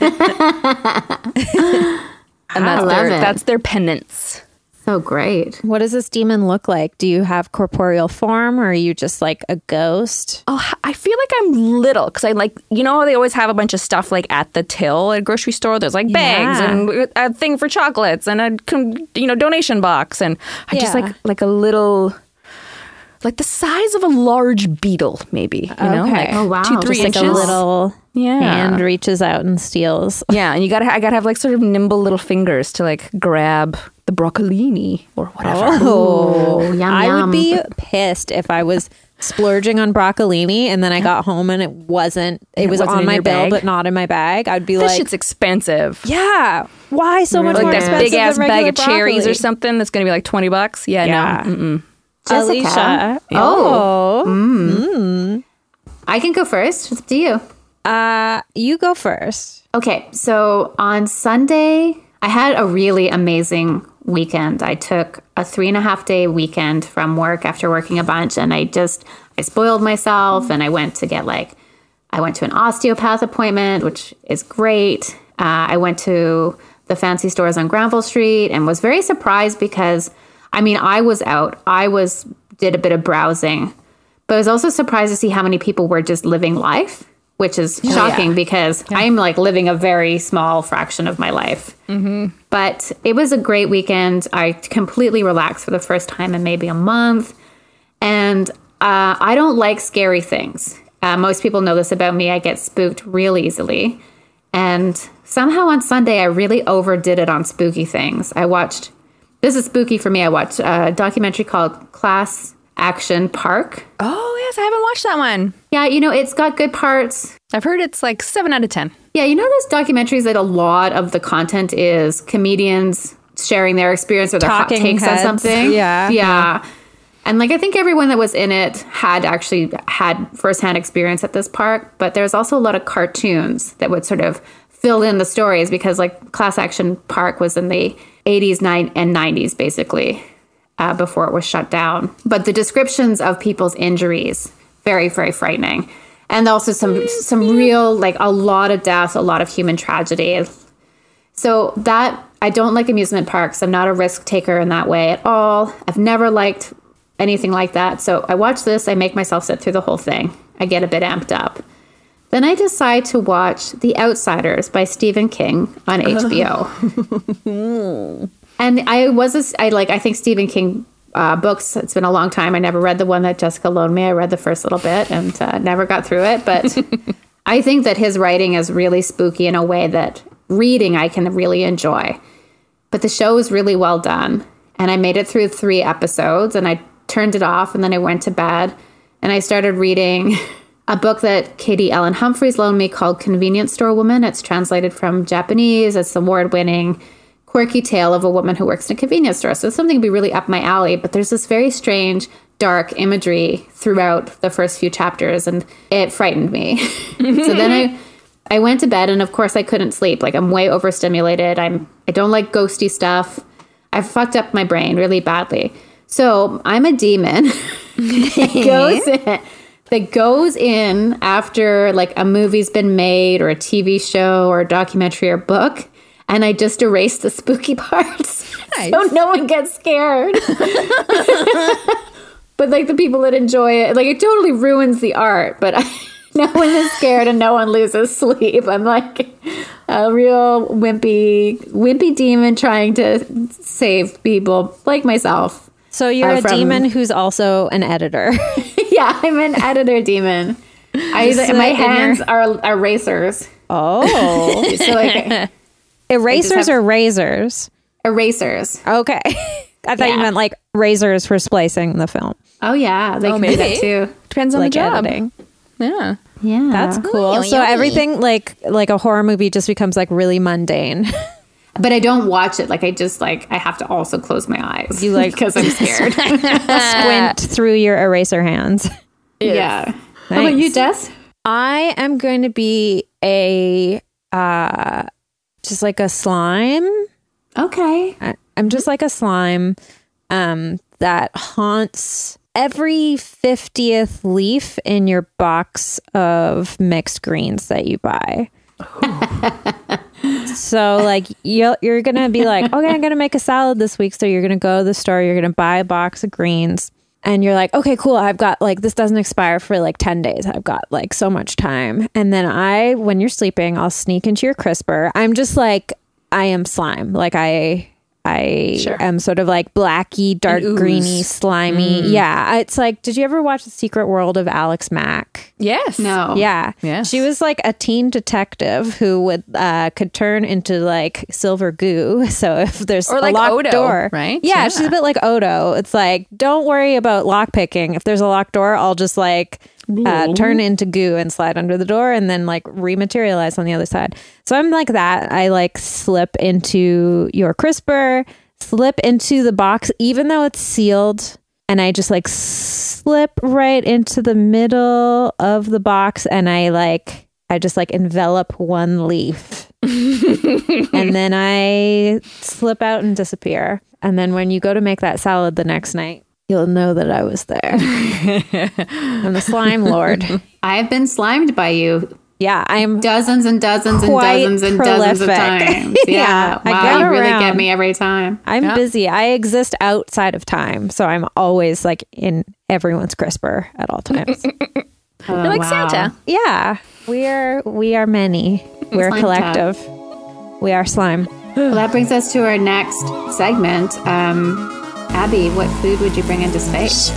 S3: that's
S1: love
S3: their,
S1: it.
S3: that's their penance.
S1: So great.
S2: What does this demon look like? Do you have corporeal form, or are you just like a ghost?
S3: Oh, h- I feel like I'm little because I like you know how they always have a bunch of stuff like at the till at a grocery store. There's like bags
S2: Yeah.
S3: and a thing for chocolates and a con- you know donation box and I just
S2: Yeah.
S3: like like a little. Like the size of a large beetle, maybe you know,
S2: Okay.
S3: like
S2: Oh,
S1: wow.
S3: two, three
S1: Just like
S3: inches.
S2: A little
S3: Yeah.
S2: hand reaches out and steals.
S3: Yeah, and you gotta I gotta have like sort of nimble little fingers to like grab the broccolini or whatever.
S1: Oh, yum,
S2: I
S1: yum.
S2: would be pissed if I was splurging on broccolini and then I got home and it wasn't. It, was
S3: wasn't
S2: on
S3: in
S2: my
S3: your
S2: bill,
S3: bag?
S2: but not in my bag. I'd be
S3: That
S2: like,
S3: shit's expensive.
S2: yeah, why so much
S1: Like
S2: more
S1: that
S2: expensive
S3: Big ass
S2: than
S3: bag
S2: regular
S3: of cherries
S2: broccoli?
S3: or something that's gonna be like twenty bucks. Yeah,
S2: Yeah.
S3: no. Mm-mm.
S2: Alicia.
S1: Jessica. Oh,
S2: Oh,
S1: I can go first. It's up to you.
S2: uh, you go first.
S1: Okay, so on Sunday, I had a really amazing weekend. I took a three and a half day weekend from work after working a bunch, and I just I spoiled myself, and I went to get like I went to an osteopath appointment, which is great. Uh, I went to the fancy stores on Granville Street and was very surprised because I mean I was out, I was did a bit of browsing, but I was also surprised to see how many people were just living life, which is shocking because I'm like living a very small fraction of my life. But it was a great weekend. I completely relaxed for the first time in maybe a month. And uh, I don't like scary things. Uh, most people know this about me. I get spooked real easily. And somehow on Sunday, I really overdid it on spooky things. I watched, this is spooky for me. I watched a documentary called Class Action Park.
S3: Oh yes, I haven't watched that one.
S1: Yeah, you know, it's got good parts.
S3: I've heard it's like seven out of ten.
S1: Yeah, you know those documentaries that a lot of the content is comedians sharing their experience or their
S2: Talking
S1: hot takes
S2: heads.
S1: on something.
S2: Yeah.
S1: Yeah. And like I think everyone that was in it had actually had firsthand experience at this park, but there's also a lot of cartoons that would sort of fill in the stories because like Class Action Park was in the 80s, 9 and 90s basically uh, before it was shut down. But the descriptions of people's injuries very very frightening, and also some some real like a lot of death, a lot of human tragedy. So that I don't like amusement parks. I'm not a risk taker in that way at all. I've never liked anything like that. So I watch this. I make myself sit through the whole thing. I get a bit amped up. Then I decide to watch The Outsiders by Stephen King on HBO and I was a s I like I think Stephen King uh, books. It's been a long time. I never read the one that Jessica loaned me. I read the first little bit and uh, never got through it. But I think that his writing is really spooky in a way that reading I can really enjoy. But the show is really well done, and I made it through three episodes, and I turned it off, and then I went to bed, and I started reading. A book that Katie Ellen Humphreys loaned me called Convenience Store Woman. It's translated from Japanese. It's award winning quirky tale of a woman who works in a convenience store. So it's something to be really up my alley, but there's this very strange dark imagery throughout the first few chapters and it frightened me. so then I I went to bed and of course I couldn't sleep. Like I'm way overstimulated. I'm I don't like ghosty stuff. I fucked up my brain really badly. So I'm a demon that goes in, that goes in after like a movie's been made or a TV show or a documentary or book, and I just erase the spooky parts so
S2: Nice.
S1: no one gets scared. but like the people that enjoy it, like it totally ruins the art. But no one is scared and no one loses sleep. I'm like a real wimpy, wimpy demon trying to save people like myself.
S2: So you're
S1: Uh,
S2: a
S1: from-
S2: demon who's also an editor.
S1: yeah, I'm an editor demon. I
S2: Just, uh,
S1: my
S2: in your-
S1: hands are are erasers.
S2: oh,
S1: So like
S2: erasers
S1: have-
S2: or razors?
S1: erasers.
S2: Okay, I thought
S1: Yeah.
S2: you meant like razors for splicing the film,
S1: Oh yeah, they
S3: Oh,
S1: can do
S3: maybe.
S1: that too.
S3: Depends on
S2: like
S3: the job.
S2: editing.
S3: Yeah.
S1: Yeah,
S2: That's cool. So
S5: yummy.
S2: everything like like a horror movie just becomes like really mundane.
S1: but I don't watch it. Like I just like I have to also close my eyes.
S2: You, like-
S1: because I'm scared.
S2: Squint through your eraser hands.
S1: Yeah. How about you, Jess?
S2: I am going to be a uh just like a slime.
S1: Okay.
S2: I, I'm just like a slime um that haunts every 50th leaf in your box of mixed greens that you buy. so like you're, you're gonna be like okay i'm gonna make a salad this week so you're gonna go to the store you're gonna buy a box of greens and you're like okay cool i've got like this doesn't expire for like 10 days i've got like so much time and then i when you're sleeping i'll sneak into your crisper i'm just like i am slime like i i am sort of like blacky dark greeny slimy yeah it's like did you ever watch the secret world of alex mack
S3: Yes.
S1: No.
S2: yeah.
S3: Yes.
S2: She was like a teen detective who would uh could turn into like silver goo. So if there's
S3: Or
S2: a
S3: like
S2: locked
S3: Odo,
S2: door,
S3: right?
S2: Yeah,
S3: Yeah.
S2: she's a bit like Odo. It's like don't worry about lock picking. If there's a locked door, I'll just like uh, turn into goo and slide under the door and then like rematerialize on the other side. So I'm like that. I like slip into your crisper, slip into the box even though it's sealed and I just like slip right into the middle of the box and I like I just like envelop one leaf. and then I slip out and disappear. And then when you go to make that salad the next night, you'll know that I was there. I'm the slime lord.
S1: I've been slimed by you
S2: Yeah, I'm
S1: dozens and dozens and
S2: Quite
S1: dozens and dozens of
S2: prolific.
S1: times. Yeah.
S2: Yeah, I
S1: wow,
S2: got
S1: you really get
S2: around.
S1: me every time.
S2: I'm busy. I exist outside of time, so I'm always like in everyone's crisper at all times.
S1: Oh,
S5: You're like
S1: wow.
S5: Santa.
S2: yeah, we are we are many. We're a
S1: Slime
S2: collective. We are slime.
S1: Well, that brings us to our next segment. Um, Abby, what food would you bring into space?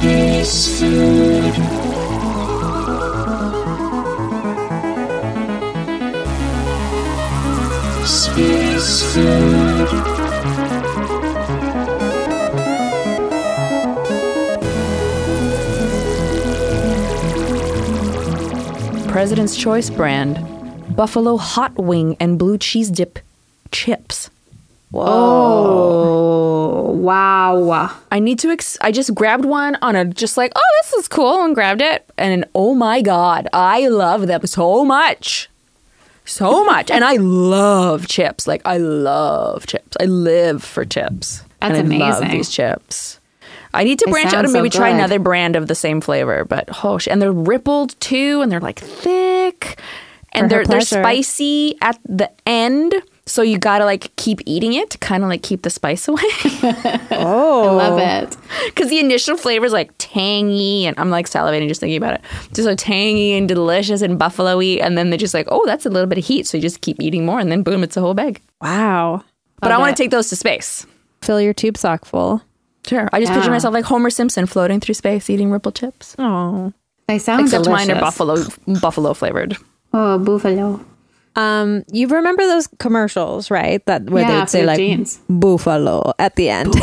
S3: President's Choice brand, buffalo hot wing and blue cheese dip chips.
S1: Oh, wow.
S3: I need to. Ex- I just grabbed one on a just like, oh, this is cool, and grabbed it, and oh my god, I love them so much, so much, and I love chips. Like I love chips. I live for chips.
S1: That's
S3: and I Love
S1: amazing.
S3: these chips. I need to
S1: They
S3: branch out
S1: sound
S3: and
S1: so
S3: maybe try
S1: good.
S3: another brand of the same flavor, but oh, sh- and they're rippled too, and they're like thick, and
S2: For her
S3: they're
S2: pleasure.
S3: they're spicy at the end. So you gotta like keep eating it, kind of like keep the spice away.
S1: I love it.
S3: Because the initial flavor is like tangy, and I'm like salivating just thinking about it. Just so tangy and delicious and buffalo-y, and then they're just like, oh, that's a little bit of heat, so you just keep eating more, and then boom, it's a whole bag.
S2: Wow.
S3: But I want to take those to space.
S2: Fill your tube sock full.
S3: Sure, I just picture
S1: Yeah.
S3: myself like Homer Simpson floating through space, eating ripple chips.
S2: Oh.
S1: They sound
S3: Except
S1: delicious.
S3: mine are buffalo buffalo flavored.
S1: Oh, buffalo.
S2: Um, you remember those commercials, right? That where
S1: Yeah,
S2: they'd say
S1: for
S2: like
S1: jeans.
S2: buffalo at the end.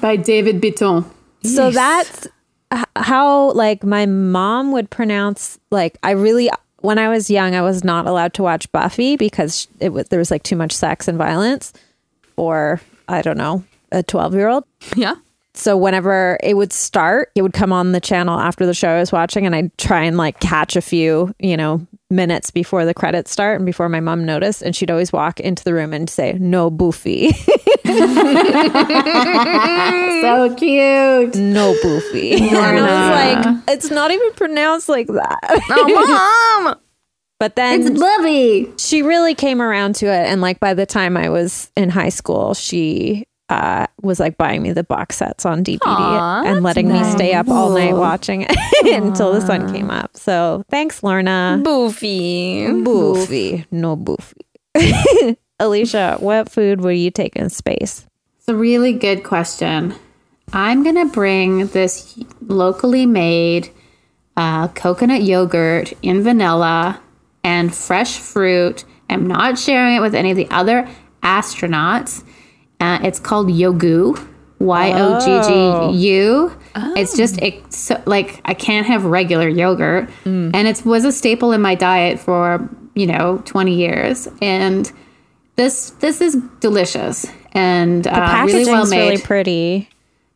S1: By David Bitton.
S2: so that's h- how like my mom would pronounce like I really when I was young I was not allowed to watch Buffy because it was there was like too much sex and violence for I don't know a 12 year old
S3: Yeah,
S2: So whenever it would start, it would come on the channel after the show I was watching, and I'd try and like catch a few, you know, minutes before the credits start and before my mom noticed. And she'd always walk into the room and say, "No boofy,
S1: So cute.
S2: no boofy." and I was like, "It's not even pronounced like that."
S3: Oh, mom.
S2: But then
S1: It's lovely.
S2: she really came around to it and like by the time i was in high school she uh, was like buying me the box sets on dvd and letting me stay up all night watching it until the sun came up so thanks lorna
S3: Boofy.
S2: boofy no boofy alicia what food would you take in space
S1: It's a really good question. I'm going to bring this locally made uh, coconut yogurt in vanilla and fresh fruit. I'm not sharing it with any of the other astronauts. Uh, it's called Yogu. Y O G G U. It's just it's so, like I can't have regular yogurt, and it was a staple in my diet for you know 20 years. And this this is delicious and uh, really
S2: packaging's
S1: well made.
S2: really pretty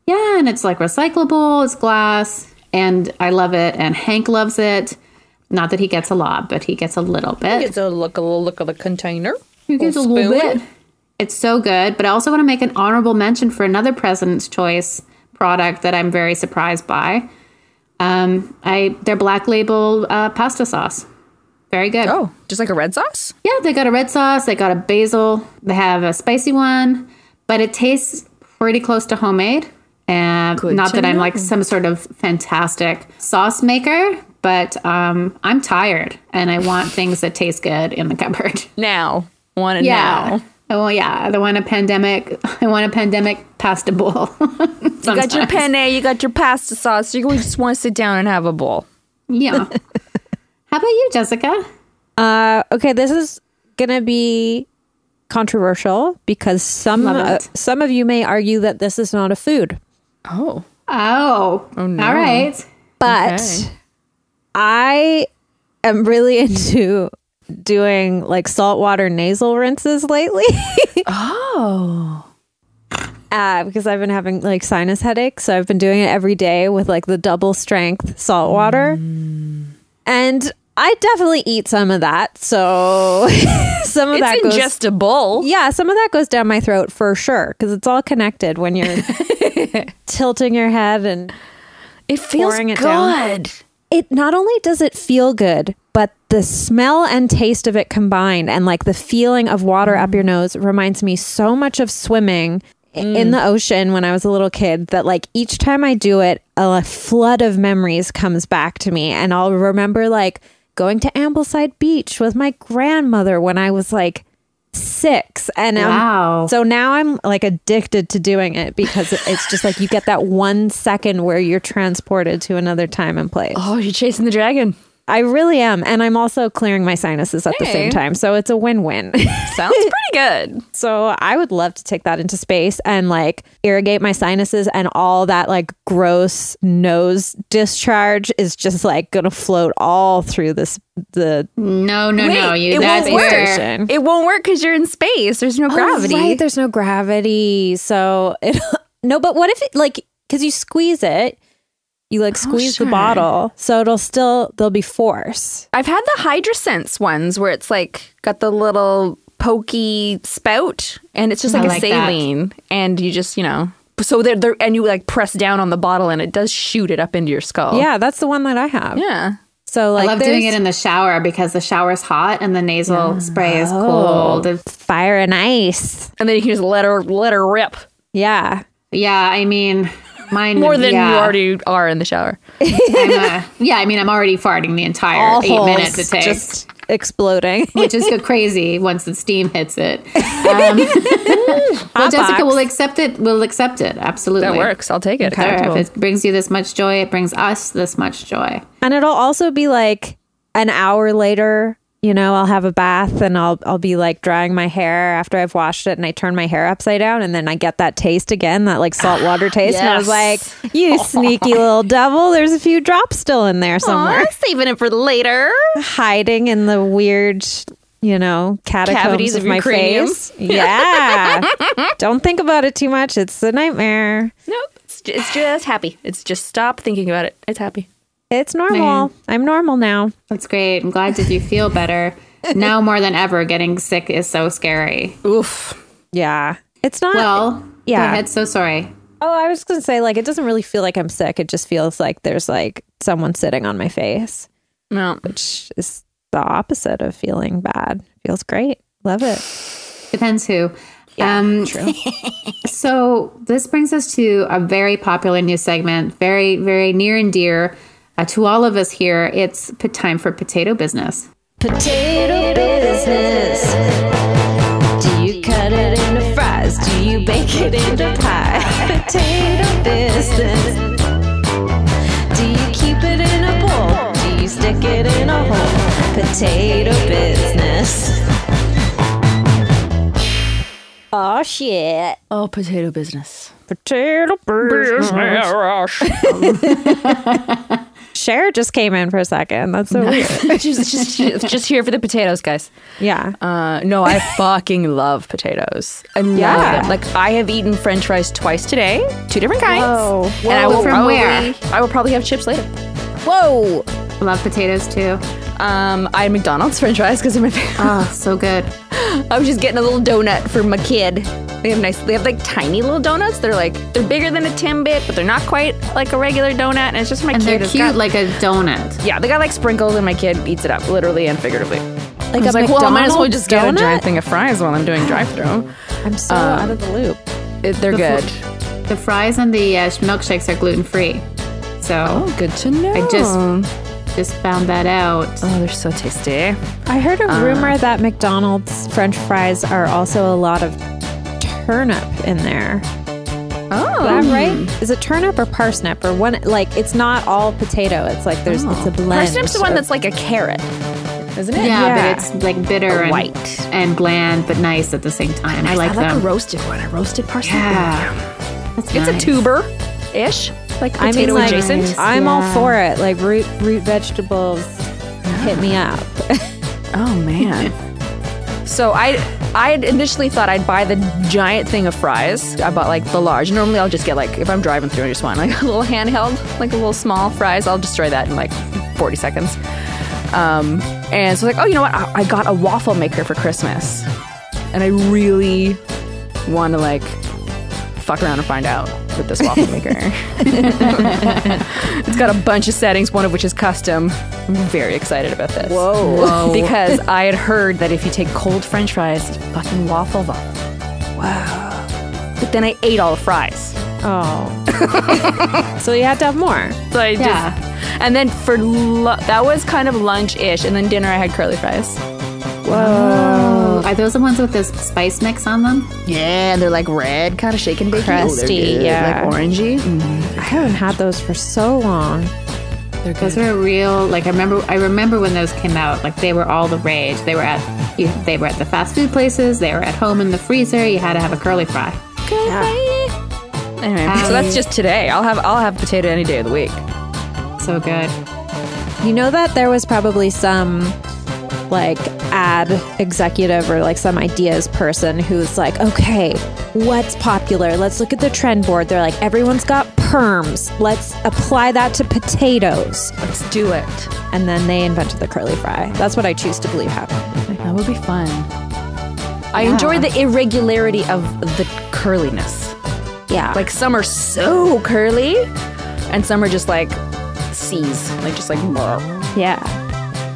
S1: Yeah, and it's like recyclable, it's glass, and I love it. And Hank loves it. Not that he gets a lot, but he gets a little bit.
S3: It's a look, a little look of the container.
S1: He gets a little bit. It's so good. But I also want to make an honorable mention for another President's Choice product that I'm very surprised by. Um, I their black label uh, pasta sauce, very good.
S3: Oh, just like a red sauce?
S1: Yeah, they got a red sauce, they got a basil, they have a spicy one, but it tastes pretty close to homemade. And not
S3: to
S1: that I'm like some sort of fantastic sauce maker, but um, I'm tired and I want things that taste good in the cupboard.
S3: Now. Want it
S1: Yeah.
S3: now.
S1: Oh yeah, I want a pandemic. I want a pandemic pasta bowl.
S3: You got your penne, you got your pasta sauce. You just want to sit down and have a bowl.
S1: yeah. How about you, Jessica?
S2: Uh, okay, this is gonna be controversial because some
S1: Love
S2: uh,
S1: it.
S2: some of you may argue that this is not a food,
S3: Oh.
S1: Oh,
S3: no.
S1: all right.
S2: but
S3: Okay.
S2: I am really into doing like saltwater nasal rinses lately
S3: Oh.
S2: uh, because I've been having like sinus headaches, so I've been doing it every day with like the double strength salt water,
S3: Mm.
S2: and I definitely eat some of that. So some of that
S3: It's
S2: goes
S3: ingestible.
S2: yeah, some of that goes down my throat for sure because it's all connected when you're tilting your head and
S3: It feels
S2: Pouring it down.
S3: good.
S2: it not only does it feel good, but the smell and taste of it combined and like the feeling of water up your nose reminds me so much of swimming i- in the ocean when I was a little kid that like each time I do it, a like, flood of memories comes back to me and I'll remember like going to Ambleside Beach with my grandmother when I was like six and um,
S1: Wow.
S2: so now i'm like addicted to doing it because it- it's just like you get that one second where you're transported to another time and place
S3: Oh, you're chasing the dragon.
S2: I really am. And I'm also clearing my sinuses at the
S3: Hey.
S2: same time. So it's a win win.
S3: Sounds pretty good.
S2: so I would love to take that into space and like irrigate my sinuses and all that like gross nose discharge is just like going to float all through this, the
S1: No, no, no.
S3: Wait,
S1: You.
S3: it
S1: That's
S3: won't work.
S1: where.
S2: station.
S3: It won't work because you're in space. There's no gravity.
S2: Oh, right. There's no gravity. So it, no, but what if it like, cause you squeeze it, you like squeeze
S3: sure.
S2: the bottle. So it'll still, there'll be force.
S3: I've had the Hydrosense ones where it's like got the little pokey spout and it's just like
S1: I
S3: a
S1: like that.
S3: saline and you just, you know, so they're, they're, and you like press down on the bottle and it does shoot it up into your skull.
S2: Yeah. That's the one that I have.
S3: Oh. Yeah.
S2: So like
S1: I love doing
S2: there's-
S1: it in the shower because the shower's hot and the nasal spray is cold. It's-
S2: fire and ice.
S3: And then you can just let her, let her rip
S2: Yeah.
S1: yeah, I mean, mine
S3: more than
S1: yeah,
S3: you already are in the shower.
S1: I'm, uh, yeah, I mean, I'm already farting the entire
S2: All
S1: eight
S2: holes
S1: minutes it takes,
S2: Just exploding.
S1: which is so crazy once the steam hits it. Um, well, Jessica
S2: box.
S1: will accept it. Will accept it absolutely.
S3: That works. I'll take it.
S1: Sure,
S3: Acceptable.
S1: if it brings you this much joy, it brings us this much joy.
S2: and it'll also be like an hour later, you know, I'll have a bath and I'll I'll be like drying my hair after I've washed it and I turn my hair upside down and then I get that taste again, that like salt water taste. And I was
S3: Yes.
S2: like, You sneaky little devil, there's a few drops still in there somewhere.
S3: Aw, saving it for later.
S2: Hiding in the weird you know, catacombs
S3: Cavities
S2: of,
S3: of your
S2: my
S3: cranium.
S2: face. Yeah. Don't think about it too much. It's a nightmare.
S3: Nope. It's, ju- it's just happy. It's just stop thinking about it. It's happy.
S2: It's normal. I'm normal now.
S1: That's great. I'm glad that you feel better. now more than ever, getting sick is so scary.
S3: Oof.
S2: Yeah. It's not.
S1: Well,
S2: yeah.
S1: yeah. Go ahead. So sorry.
S2: oh, I was going to say, like, it doesn't really feel like I'm sick. It just feels like there's like someone sitting on my face,
S3: No.
S2: which is the opposite of feeling bad. Feels great. Love it.
S1: Depends who. um, so this brings us to a very popular new segment, very, very near and dear uh, to all of us here. It's p- time for potato business.
S2: Potato business. Do you cut it into fries? Do you bake it into pie? Potato business. Do you keep it in a bowl? Do you stick it in a hole? Potato business. Oh shit.
S3: Oh, potato business.
S2: Potato business. Cher just came in for a second. That's so weird.
S3: just, just, just here for the potatoes, guys.
S2: Yeah.
S3: Uh, no, I fucking love potatoes. I love
S2: Yeah.
S3: them. Like I have eaten French fries twice today, two different kinds.
S2: Whoa.
S3: And I
S1: Whoa.
S3: will
S1: From
S3: probably,
S1: where?
S3: I will probably have chips later.
S2: Whoa.
S1: Love potatoes too.
S3: Um, I had McDonald's French fries because I'm.
S1: Oh, so good.
S3: I was just getting a little donut for my kid. They have nice. They have like tiny little donuts. They're like they're bigger than a Timbit, but they're not quite like a regular donut. And it's just my
S1: And
S3: kid.
S1: they're
S3: has
S1: cute
S3: got-
S1: like a donut.
S3: yeah, they got like sprinkles, and my kid eats it up, literally and figuratively.
S2: Like
S3: I was
S2: a
S3: like, well, I might as well just get a
S2: McDonald's
S3: giant thing of fries while I'm doing drive-through.
S2: I'm so out of the loop.
S3: It- They're
S1: The
S3: good.
S1: fr- The fries and the uh, milkshakes are gluten free. So
S3: good to know. I
S1: just-
S3: just
S1: just found that out.
S3: oh, they're so tasty.
S2: I heard a rumor that McDonald's French fries are also a lot of turnip in there. Is
S3: Oh,
S2: that right? Is it turnip or parsnip or one? Like it's not all potato. It's like there's it's a blend.
S3: Oh. parsnip's the one
S2: of-
S3: that's like a carrot, isn't it?
S1: Yeah,
S2: Yeah.
S1: but it's like bitter and
S3: White.
S1: and bland, but nice at the same time. I like,
S3: I like
S1: them.
S3: a roasted one. A roasted parsnip.
S1: Yeah. That's nice.
S3: It's a tuber ish, like
S2: I mean,
S3: potato
S2: like,
S3: adjacent.
S2: I'm all
S1: Yeah.
S2: for it. Like root root vegetables, hit me up.
S3: Oh man. so I I had initially thought I'd buy the giant thing of fries. I bought like the large. Normally I'll just get like if I'm driving through I just want like a little handheld, like a little small fries. I'll destroy that in like 40 seconds. Um, and so like oh you know what I, I got a waffle maker for Christmas, and I really want to like fuck around and find out with this waffle maker. it's got a bunch of settings, one of which is custom. I'm very excited about this. Whoa. because I had heard that if you take cold french fries, it's fucking waffle them. Wow. But then I ate all the fries.
S2: Oh, so you have to have more.
S3: So I just-
S1: Yeah.
S3: and then for lu- that was kind of lunch ish, and then dinner I had curly fries.
S1: Oh, are those the ones with this spice mix on them?
S3: Yeah, and they're like red, kind of shaken, baking.
S2: Crusty, yeah.
S3: like orangey.
S2: I haven't had those for so long.
S1: Those are real. Like I remember, I remember when those came out. Like they were all the rage. They were at, you, they were at the fast food places. They were at home in the freezer. You had to have a curly fry.
S3: Anyway, so that's just today. I'll have I'll have potato any day of the week.
S1: So good.
S2: You know that there was probably some like ad executive or like some ideas person who's like, okay, what's popular? Let's look at the trend board. They're like, everyone's got perms. Let's apply that to potatoes.
S3: Let's do it.
S2: And then they invented the curly fry. That's what I choose to believe happened.
S3: That would be fun. I enjoy the irregularity of the curliness.
S2: Yeah.
S3: Like some are so curly, and some are just like C's, like just like brr.
S2: yeah.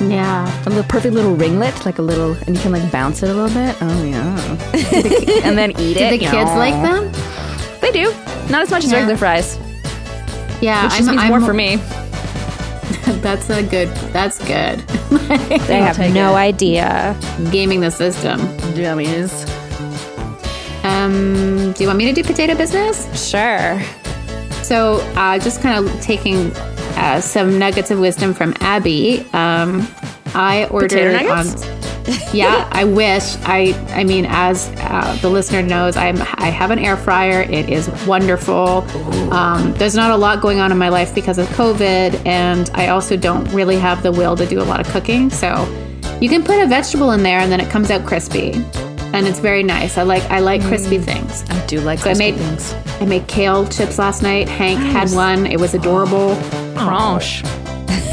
S1: Yeah.
S3: a little perfect little ringlet, like a little, and you can like bounce it a little bit. Oh yeah, and then eat it.
S1: Did the
S3: you
S1: kids
S3: know.
S1: like them?
S3: They do. Not as much as regular fries, which
S1: Yeah.
S3: just means more for me.
S1: That's a good. That's good.
S2: They have
S3: take
S2: no
S3: it.
S2: idea.
S1: Gaming the system.
S3: Dummies.
S1: Um, do you want me to do potato business?
S2: Sure.
S1: So, uh, just kind of taking uh, some nuggets of wisdom from Abby. Um, I ordered
S3: nuggets?
S1: on- yeah, I wish. I I mean, as uh, the listener knows, I'm I have an air fryer. It is wonderful. Um, there's not a lot going on in my life because of COVID, and I also don't really have the will to do a lot of cooking. So, you can put a vegetable in there, and then it comes out crispy. and it's very nice. I like I like crispy things.
S3: I do like
S1: I
S3: crispy
S1: made
S3: things.
S1: I made kale chips last night. Hank had one. It was adorable.
S3: Crunch.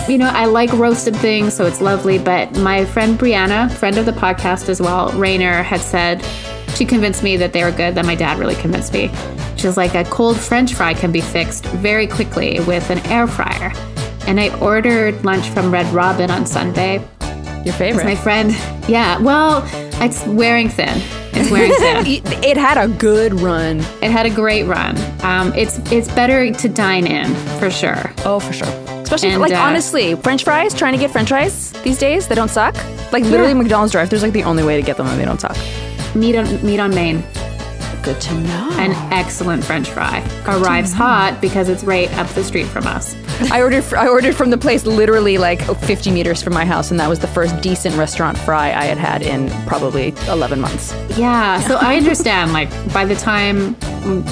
S1: You know, I like roasted things, so it's lovely. But my friend Brianna, friend of the podcast as well, Rainer, had said she convinced me that they were good. That my dad really convinced me. She was like, a cold French fry can be fixed very quickly with an air fryer. And I ordered lunch from Red Robin on Sunday.
S3: Your
S1: It's
S3: favorite.
S1: my friend. Yeah, well, it's wearing thin. It's wearing thin.
S3: it had a good run.
S1: It had a great run. Um, it's it's better to dine in for sure.
S3: Oh, for sure. Especially
S1: And,
S3: like
S1: uh,
S3: honestly, French fries. Trying to get French fries these days, they don't suck. Like literally, McDonald's drive-throughs like the only way to get them, and they don't suck.
S1: Meat on meat on Maine,
S3: Good to know.
S1: an excellent French fry. Arrives hot because it's right up the street from us.
S3: I ordered. fr- I ordered from the place literally like 50 meters from my house, and that was the first decent restaurant fry I had had in probably 11 months.
S1: Yeah, so I understand. Like by the time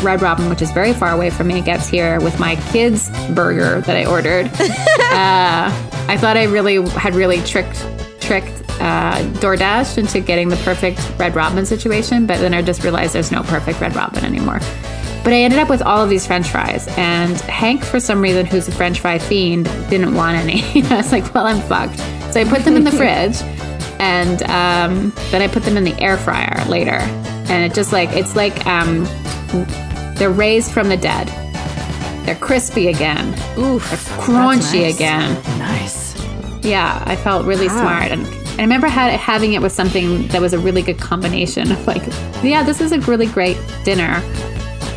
S1: Red Robin, which is very far away from me, gets here with my kids' burger that I ordered, uh, I thought I really had really tricked tricked uh, DoorDash into getting the perfect Red Robin situation. But then I just realized there's no perfect Red Robin anymore. But I ended up with all of these French fries, and Hank, for some reason, who's a French fry fiend, didn't want any. I was like, "Well, I'm fucked." So I put them in the fridge and um, then I put them in the air fryer later. And it just like it's like um, they're raised from the dead. They're crispy again,
S3: Oof,
S1: crunchy again.
S3: Nice.
S1: Yeah, I felt really smart, and I remember had, having it with something that was a really good combination of like, yeah, this is a really great dinner.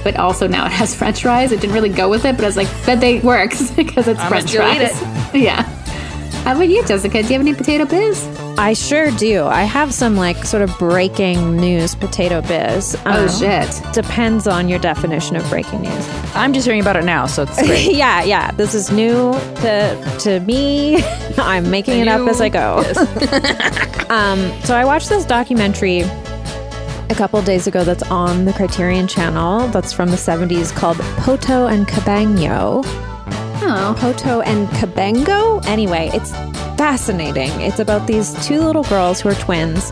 S1: But also now it has French fries. It didn't really go with it, but I was like, but they works because it's French
S3: still eat
S1: fries. yeah. How about you, Jessica? Do you have any potato biz?
S2: I sure do. I have some like sort of breaking news potato biz.
S1: Oh
S2: Um,
S1: shit.
S2: Depends on your definition of breaking news.
S3: I'm just hearing about it now, so it's great.
S2: yeah, yeah. This is new to to me. I'm making it up as I go. um, so I watched this documentary a couple days ago that's on the Criterion Channel. That's from the 70s called Poto and Cabano.
S1: Oh.
S2: Poto and Cabengo. Anyway, it's fascinating. It's about these two little girls who are twins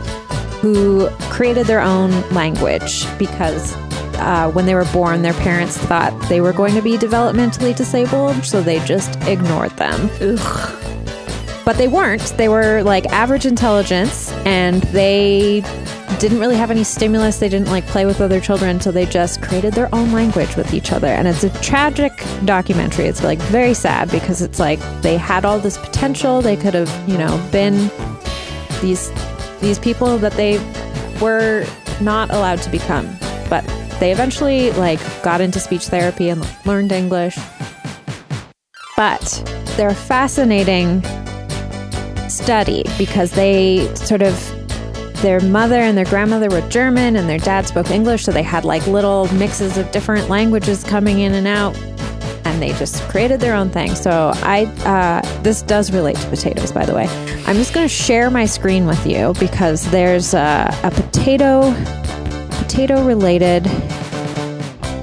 S2: who created their own language because uh, when they were born, their parents thought they were going to be developmentally disabled, so they just ignored them. But they weren't. They were like average intelligence and they didn't really have any stimulus. They didn't like play with other children, so they just created their own language with each other. And it's a tragic documentary. It's like very sad because it's like they had all this potential. They could have, you know, been these these people that they were not allowed to become. But they eventually like got into speech therapy and learned English but they're a fascinating study because they sort of their mother and their grandmother were German and their dad spoke English, so they had like little mixes of different languages coming in and out, and they just created their own thing. So I uh, this does relate to potatoes, by the way. I'm just going to share my screen with you because there's a, a potato potato related.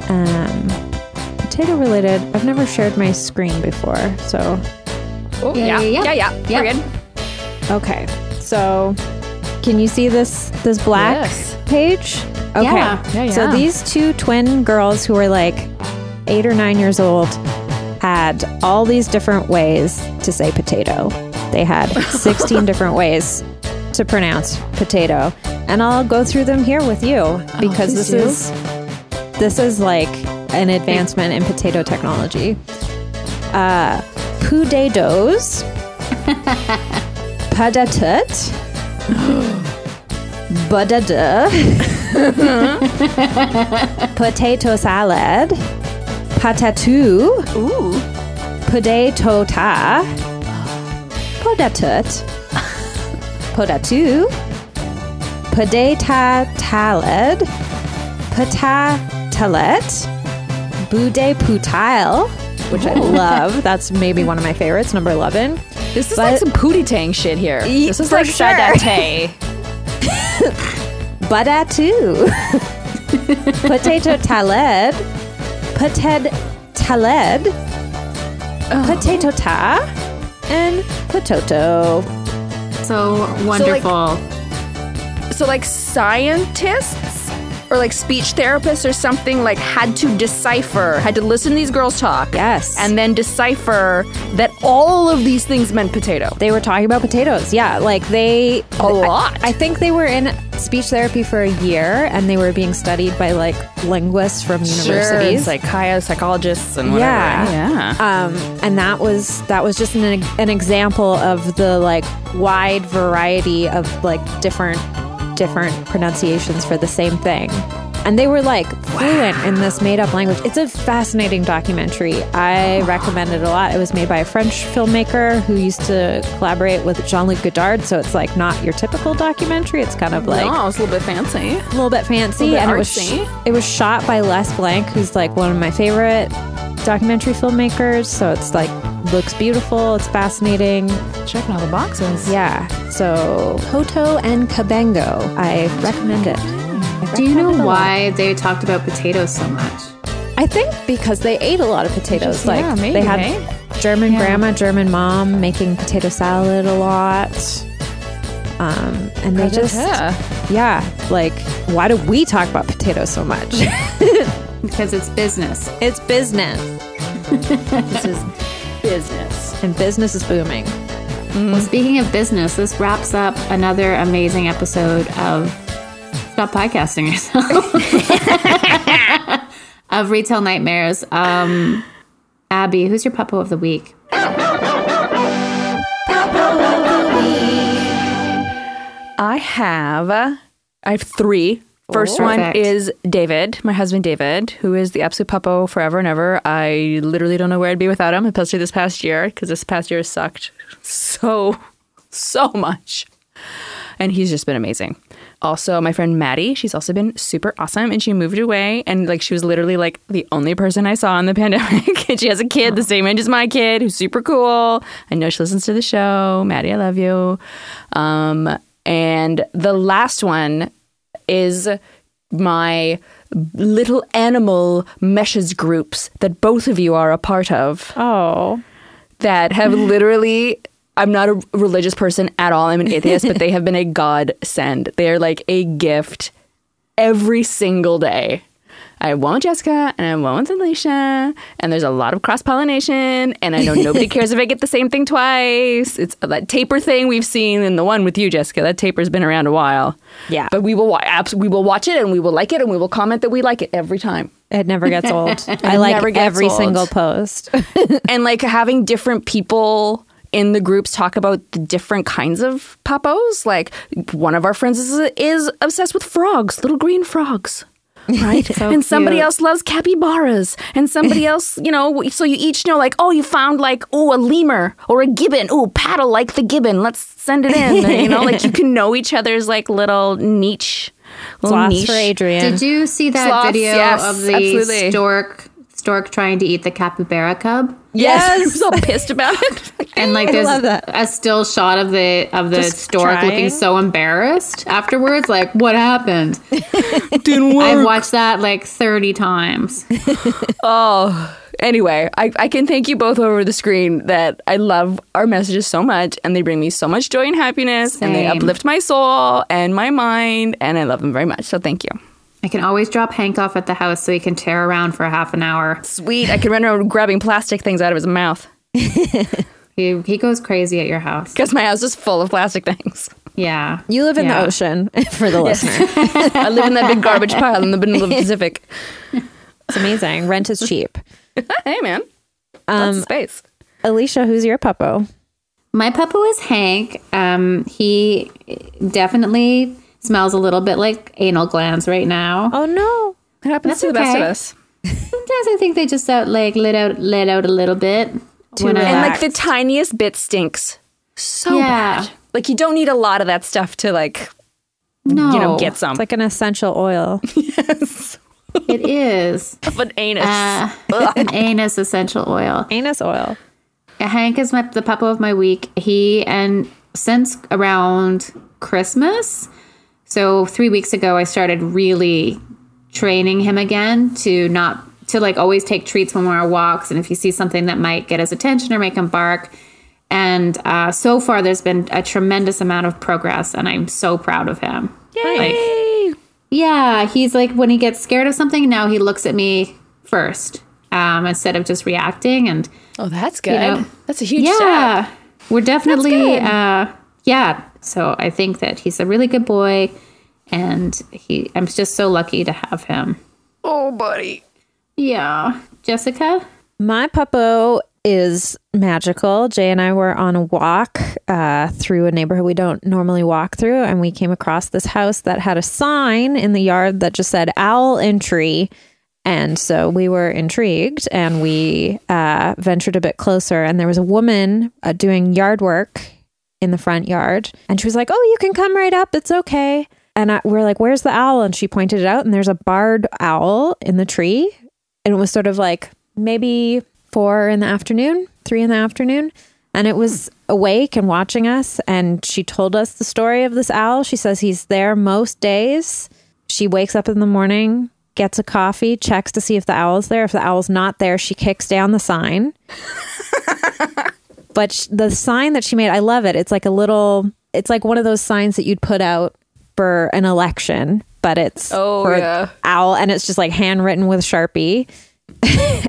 S2: Um, potato related. I've never shared my screen before, so
S3: Oh,
S1: Yeah, yeah,
S3: yeah,
S1: yeah.
S3: yeah, yeah,
S1: Yeah.
S3: We're good.
S2: okay. So, can you see this this black
S3: Yes.
S2: page? Okay.
S1: Yeah.
S3: Yeah,
S2: So
S3: yeah.
S2: these two twin girls who were like eight or nine years old had all these different ways to say potato. They had 16 different ways to pronounce potato, and I'll go through them here with you because
S3: Oh, please
S2: this is this is like an advancement in potato technology. Uh, potatoes, padatut, badada, potato salad, patatu,
S3: Ooh.
S2: potato ta, podatut, podatu, podata talad, patatalet, bude putile, which I love. That's maybe one of my favorites, number 11.
S3: This is
S2: But-
S3: like some pootie tang shit here.
S2: Ye-
S3: this is
S2: for
S3: like
S2: sure.
S3: sadate.
S2: Badatu, potato taled, poted taled, potato ta, and potato.
S1: So wonderful.
S5: So, like, scientists or like speech therapists or something like had to decipher, had to listen to these girls talk.
S2: Yes.
S5: And then decipher that all of these things meant potato.
S2: They were talking about potatoes. Yeah, like they
S5: A lot.
S2: I, I think they were in speech therapy for a year, and they were being studied by like linguists from universities.
S5: Like Kaya, psychologists and whatever.
S2: yeah,
S3: Yeah.
S2: Um, and that was that was just an, an example of the like wide variety of like different different pronunciations for the same thing. And they were like fluent in this made up language. It's a fascinating documentary. I recommend it a lot. It was made by a French filmmaker who used to collaborate with Jean Luc Godard. So it's like not your typical documentary. It's kind of like
S3: oh, it's a little bit fancy.
S2: a little bit fancy,
S3: little bit
S2: and it was
S3: artsy.
S2: sh- it was shot by Les Blank, who's like one of my favorite documentary filmmakers. So it's like looks beautiful, it's fascinating.
S3: Checking all the boxes.
S2: Yeah. So Poto and Cabango, I recommend it. I
S1: Do you know
S2: recommend it a lot.
S1: why they talked about potatoes so much?
S2: I think because they ate a lot of potatoes. like
S3: yeah, maybe,
S2: they had
S3: hey?
S2: German grandma, German mom making potato salad a lot. Um, and they just
S3: Yeah.
S2: yeah, like why do we talk about potatoes so much?
S1: Because it's business.
S2: It's business. this is business. And business is booming.
S1: Well, speaking of business, this wraps up another amazing episode of Stop Podcasting Yourself of Retail Nightmares. Um, Abby, who's your puppo of the week?
S3: I have I have three. First one
S1: Perfect.
S3: is David, my husband David, who is the absolute puppo forever and ever. I literally don't know where I'd be without him, especially this past year, because this past year sucked so, so much. And he's just been amazing. Also, my friend Maddie, she's also been super awesome and she moved away and like she was literally like the only person I saw in the pandemic. and she has a kid the same age as my kid who's super cool. I know she listens to the show. Maddie, I love you. Um and the last one is my little animal meshes groups that both of you are a part of
S2: Oh.
S3: that have literally I'm not a religious person at all. I'm an atheist, but they have been a godsend. They are like a gift every single day. I have one with Jessica and I have one with Alicia, and there's a lot of cross pollination. And I know nobody cares if I get the same thing twice. It's that taper thing we've seen, and the one with you, Jessica. That taper's been around a while.
S2: Yeah.
S3: but we will wa- abs- we will watch it and we will like it and we will comment that we like it every time.
S2: It never gets old. I like
S3: never gets
S2: every
S3: old.
S2: single post.
S3: and like having different people in the groups talk about the different kinds of papos. Like one of our friends is, is obsessed with frogs, little green frogs. Right, and somebody
S1: cute.
S3: else loves capybaras, and somebody else, you know. So you each know, like, oh, you found like, oh, a lemur or a gibbon. Oh, paddle like the gibbon. Let's send it in. And, you know, like you can know each other's like little niche, little
S2: Sloths
S3: niche.
S2: for Adrian.
S1: Did you see that
S3: Sloths,
S1: video
S3: yes,
S1: of the
S3: absolutely.
S1: stork stork trying to eat the capybara cub?
S3: Yes, I was all pissed about it.
S1: And like there's
S2: love that.
S1: a still shot of the of the
S2: Just
S1: stork
S2: trying.
S1: looking so embarrassed afterwards, like what happened? Didn't work. I've watched that like thirty times.
S3: anyway, I, I can thank you both over the screen that I love our messages so much and they bring me so much joy and happiness and they
S1: Same.
S3: uplift my soul and my mind and I love them very much. So thank you.
S1: I can always drop Hank off at the house so he can tear around for half an hour.
S3: Sweet. I can run around grabbing plastic things out of his mouth
S1: He, he goes crazy at your house.
S3: because my house is full of plastic things.
S1: Yeah.
S2: You live in
S1: Yeah.
S2: the ocean for the listener.
S3: I live in that big garbage pile in the middle of the Pacific.
S2: It's amazing. Rent is cheap.
S3: hey, man. Lots of
S2: Um,
S3: space.
S2: Alicia, who's your puppo?
S1: My puppo is Hank. Um, he definitely smells a little bit like anal glands right now.
S2: Oh no.
S3: It
S1: that's
S3: happens to the best of
S1: okay.
S3: us.
S1: Sometimes I think they just out like let out let out a little bit. when I-
S2: relaxed.
S3: And like the tiniest bit stinks so
S1: Yeah.
S3: bad. Like you don't need a lot of that stuff to like,
S1: no,
S3: you know, get some.
S2: It's like an essential oil.
S1: it is
S3: of an anus.
S1: uh, an anus essential oil.
S2: Anus oil.
S1: Hank is my, the puppo of my week. He and since around Christmas, so three weeks ago, I started really training him again to not to like always take treats when we're on walks, and if he sees something that might get his attention or make him bark. And uh, so far, there's been a tremendous amount of progress, and I'm so proud of him. Like, yeah, he's like when he gets scared of something, now he looks at me first um, instead of just reacting. And
S3: Oh, that's good.
S1: know.
S3: that's a huge step.
S1: yeah, we're definitely uh, yeah. So I think that he's a really good boy, and he I'm just so lucky to have him.
S5: Oh, buddy.
S1: Yeah, Jessica.
S2: My puppo is magical. Jay and I were on a walk uh, through a neighborhood we don't normally walk through, and we came across this house that had a sign in the yard that just said owl entry. And so we were intrigued and we uh, ventured a bit closer, and there was a woman uh, doing yard work in the front yard. And she was like, Oh, you can come right up. It's okay. And I, we're like, Where's the owl? And she pointed it out, and there's a barred owl in the tree. And it was sort of like maybe four in the afternoon, three in the afternoon. And it was awake and watching us. And she told us the story of this owl. She says he's there most days. She wakes up in the morning, gets a coffee, checks to see if the owl's there. If the owl's not there, she kicks down the sign but sh- the sign that she made, I love it. It's like a little, it's like one of those signs that you'd put out for an election, but it's
S3: Oh,
S2: for
S3: yeah.
S2: owl, and it's just like handwritten with Sharpie.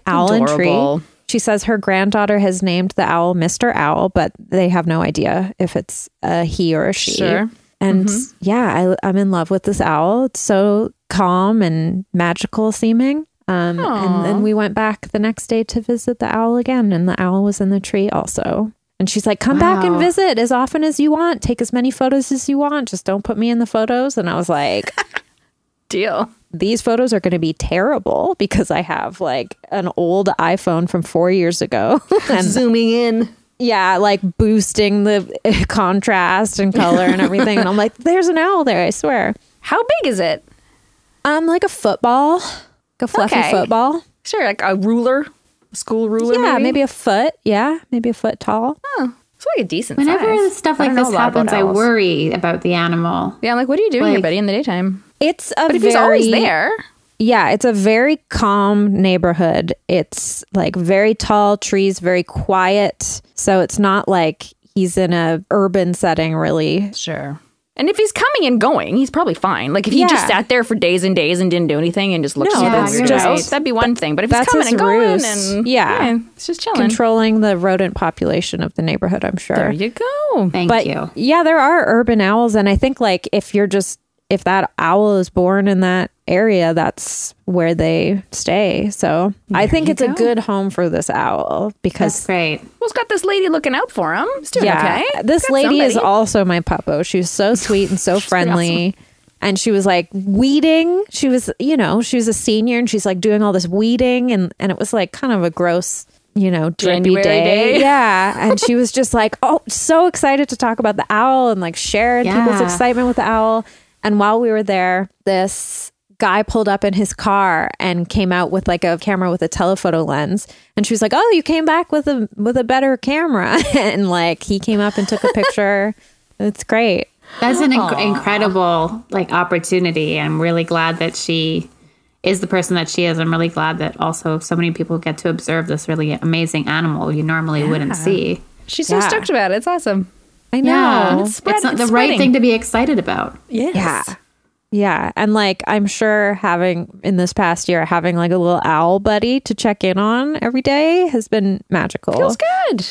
S2: owl and
S3: Adorable.
S2: tree. She says her granddaughter has named the owl Mr. Owl, but they have no idea if it's a he or a she.
S3: Sure. Mm-hmm.
S2: And yeah, I, I'm in love with this owl. It's so calm and magical seeming. Um, and then we went back the next day to visit the owl again, and the owl was in the tree also. And she's like, "Come back and
S1: Wow.
S2: visit as often as you want. Take as many photos as you want. Just don't put me in the photos." And I was like,
S3: Deal.
S2: "These photos are going to be terrible because I have like an old iPhone from four years ago, and
S3: Zooming in.
S2: yeah, like boosting the contrast and color and everything. and I'm like, there's an owl there, I swear.
S5: How big is it?
S2: Um, like a football, like a fluffy
S5: Okay.
S2: football.
S5: Sure, like a ruler, a school ruler.
S2: yeah, maybe? a foot. Yeah, maybe a foot tall.
S5: Oh, it's like a decent
S1: Whenever
S5: size.
S1: stuff
S5: I
S1: like
S5: don't know
S1: this
S5: a lot about
S1: happens, I
S5: owls.
S1: worry about the animal.
S3: Yeah, I'm like, what are you doing here,
S1: Like-
S3: buddy, in the daytime?
S2: It's a
S5: But if
S2: very,
S5: he's always there,
S2: Yeah, it's a very calm neighborhood. It's like very tall trees, very quiet. So it's not like he's in a urban setting, really.
S3: Sure. And if he's coming and going, he's probably fine. Like if he
S2: Yeah.
S3: just sat there for days and days and didn't do anything and just looked
S2: No,
S3: super
S2: that's
S3: weird
S1: just-
S3: out, that'd be one thing. But if he's
S2: that's
S3: coming
S2: his
S3: and going
S2: ruse.
S3: and
S2: Yeah.
S3: it's just chilling.
S2: Controlling the rodent population of the neighborhood, I'm sure.
S3: There you go.
S1: Thank
S2: but
S1: you.
S2: yeah, there are urban owls, and I think like if you're just if that owl is born in that area, that's where they stay. So I think it's a good home for this owl
S1: That's
S2: because
S1: great.
S3: Who's got this lady looking out for him? He's doing
S2: yeah,
S3: okay.
S2: this
S3: Got
S2: lady is
S3: somebody.
S2: also my puppo. She was so sweet and so friendly. And she was like weeding. She was, you know, she was a senior and she's like doing all this weeding and and it was like kind of a gross, you know, drippy
S3: January
S2: day.
S3: day.
S2: Yeah. And she was just like, oh, so excited to talk about the owl and like share people's
S1: Yeah.
S2: excitement with the owl. And while we were there, this guy pulled up in his car and came out with like a camera with a telephoto lens. And she was like, "Oh, you came back with a with a better camera." and like he came up and took a picture. it's great.
S1: That's an inc- incredible like opportunity. I'm really glad that she is the person that she is. I'm really glad that also so many people get to observe this really amazing animal you normally wouldn't see.
S3: She's
S2: Yeah.
S3: so stoked about it. It's awesome.
S2: I know.
S1: it's,
S3: spread-
S1: not the
S3: it's
S1: right
S3: spreading.
S1: thing to be excited about.
S3: Yes.
S2: Yeah. Yeah. And like, I'm sure having in this past year, having like a little owl buddy to check in on every day has been magical.
S3: Feels good.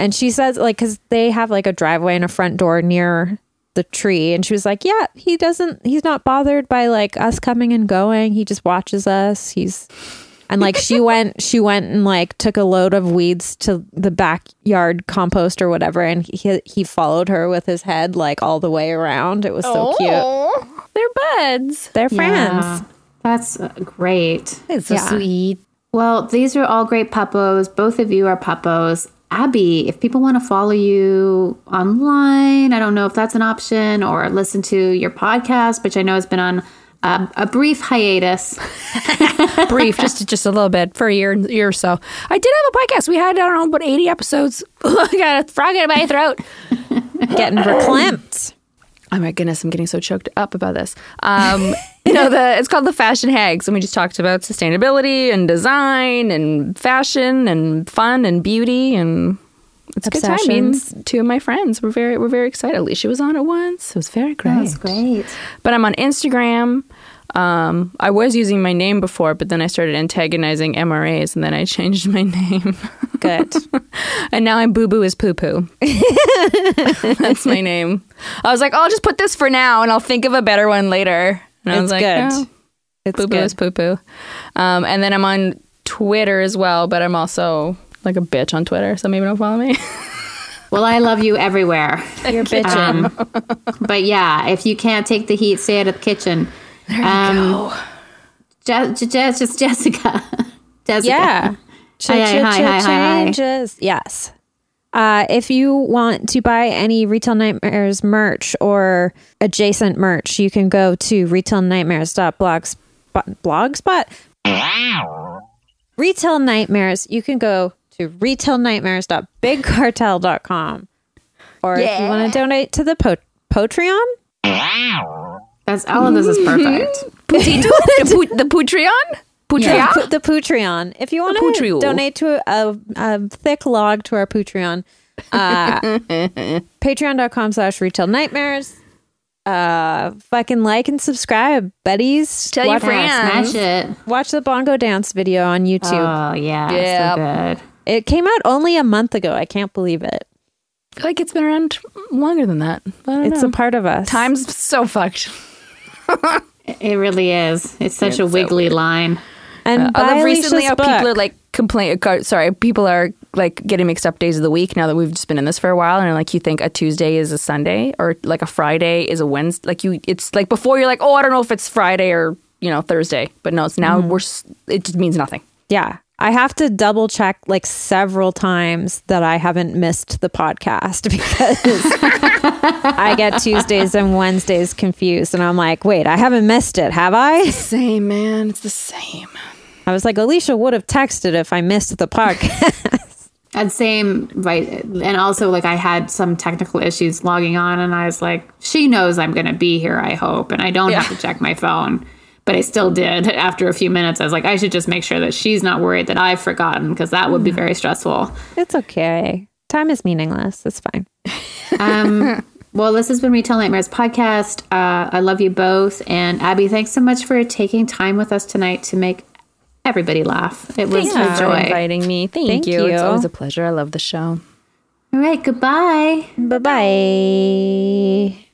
S2: And she says, like, because they have like a driveway and a front door near the tree. And she was like, yeah, he doesn't, he's not bothered by like us coming and going. He just watches us. He's, and like she went, she went and like took a load of weeds to the backyard compost or whatever. And he, he followed her with his head like all the way around. It was so cute.
S5: Aw, they're buds.
S2: They're friends.
S1: Yeah. That's uh, great.
S3: It's so sweet.
S1: Well, these are all great puppos. Both of you are puppos. Abby, if people want to follow you online, I don't know if that's an option, or listen to your podcast, which I know has been on um, a brief hiatus.
S3: Brief, just just a little bit for a year year or so. I did have a podcast. We had I don't know about eighty episodes. I got a frog in my throat.
S2: Getting verklempt.
S3: Oh my goodness, I'm getting so choked up about this. Um, you know, the it's called the Fashion Hags, and we just talked about sustainability and design and fashion and fun and beauty and It's a good time. Me
S2: Obsessions.
S3: and two of my friends were very we're very excited. Alicia was on it once. It was very great.
S1: That's great.
S3: But I'm on Instagram. Um, I was using my name before, but then I started antagonizing MRAs, and then I changed my name.
S2: Good.
S3: and now I'm Boo Boo is Poo Poo. That's my name. I was like, oh, I'll just put this for now, and I'll think of a better one later. And I was
S2: It's
S3: like,
S2: good.
S3: "Oh,
S2: It's
S3: Boo Boo
S2: good.
S3: is Poo Poo. Um, and then I'm on Twitter as well, but I'm also like a bitch on Twitter, so maybe don't follow me.
S1: Well, I love you everywhere.
S2: You're bitching.
S1: Um, but yeah, if you can't take the heat, stay out of the kitchen. There you go. Je- Je- Je- just Jessica. Jessica.
S2: yeah.
S1: Hi, hi, hi, hi, hi, hi.
S2: Changes. Yes. Uh, if you want to buy any Retail Nightmares merch or adjacent merch, you can go to retailnightmares.blogspot. Blogspot? Retail Nightmares. You can go to retailnightmares.bigcartel.com. Or if you want to donate to the po- Patreon,
S1: That's all of this is perfect.
S3: the, pu- the Patreon?
S2: Yeah. The, the Patreon. If you want to
S3: Patreon.
S2: donate to a, a thick log to our Patreon, uh, patreon.com slash retail nightmares. Uh, fucking like and subscribe, buddies.
S5: Tell your
S2: watch,
S1: Yeah,
S5: friends.
S1: smash it.
S2: watch the bongo dance video on YouTube.
S1: Oh yeah, so good.
S2: it came out only a month ago. I can't believe it.
S3: I feel like it's been around longer than that. I don't
S2: It's
S3: know.
S2: a part of us.
S3: Time's so fucked.
S1: It really is. It's such a wiggly line.
S2: and buy
S3: Although recently,
S2: Alicia's
S3: how
S2: book.
S3: people are like complain. uh, Sorry, people are like getting mixed up days of the week now that we've just been in this for a while, and like you think a Tuesday is a Sunday or like a Friday is a Wednesday. Like you, it's like before you're like, oh, I don't know if it's Friday or you know Thursday, but no, it's now we're. s- It just means nothing.
S2: Yeah. I have to double check like several times that I haven't missed the podcast because I get Tuesdays and Wednesdays confused. And I'm like, wait, I haven't missed it, have I?
S3: Same man, it's the same.
S2: I was like, Alicia would have texted if I missed the podcast.
S1: And same, right? And also, like, I had some technical issues logging on, and I was like, she knows I'm going to be here, I hope, and I don't have to check my phone. But I still did. After a few minutes, I was like, I should just make sure that she's not worried that I've forgotten because that
S3: Mm.
S1: would be very stressful.
S2: it's okay. Time is meaningless. It's fine.
S1: Um, well, this has been Retail Nightmares podcast. Uh, I love you both. And Abby, thanks so much for taking time with us tonight to make everybody laugh. It was
S3: Thank you
S1: a
S3: for
S1: joy.
S3: inviting me. Thank,
S2: Thank
S3: you. It's
S2: you.
S3: always a pleasure. I love the show.
S1: All right, goodbye.
S2: Bye bye.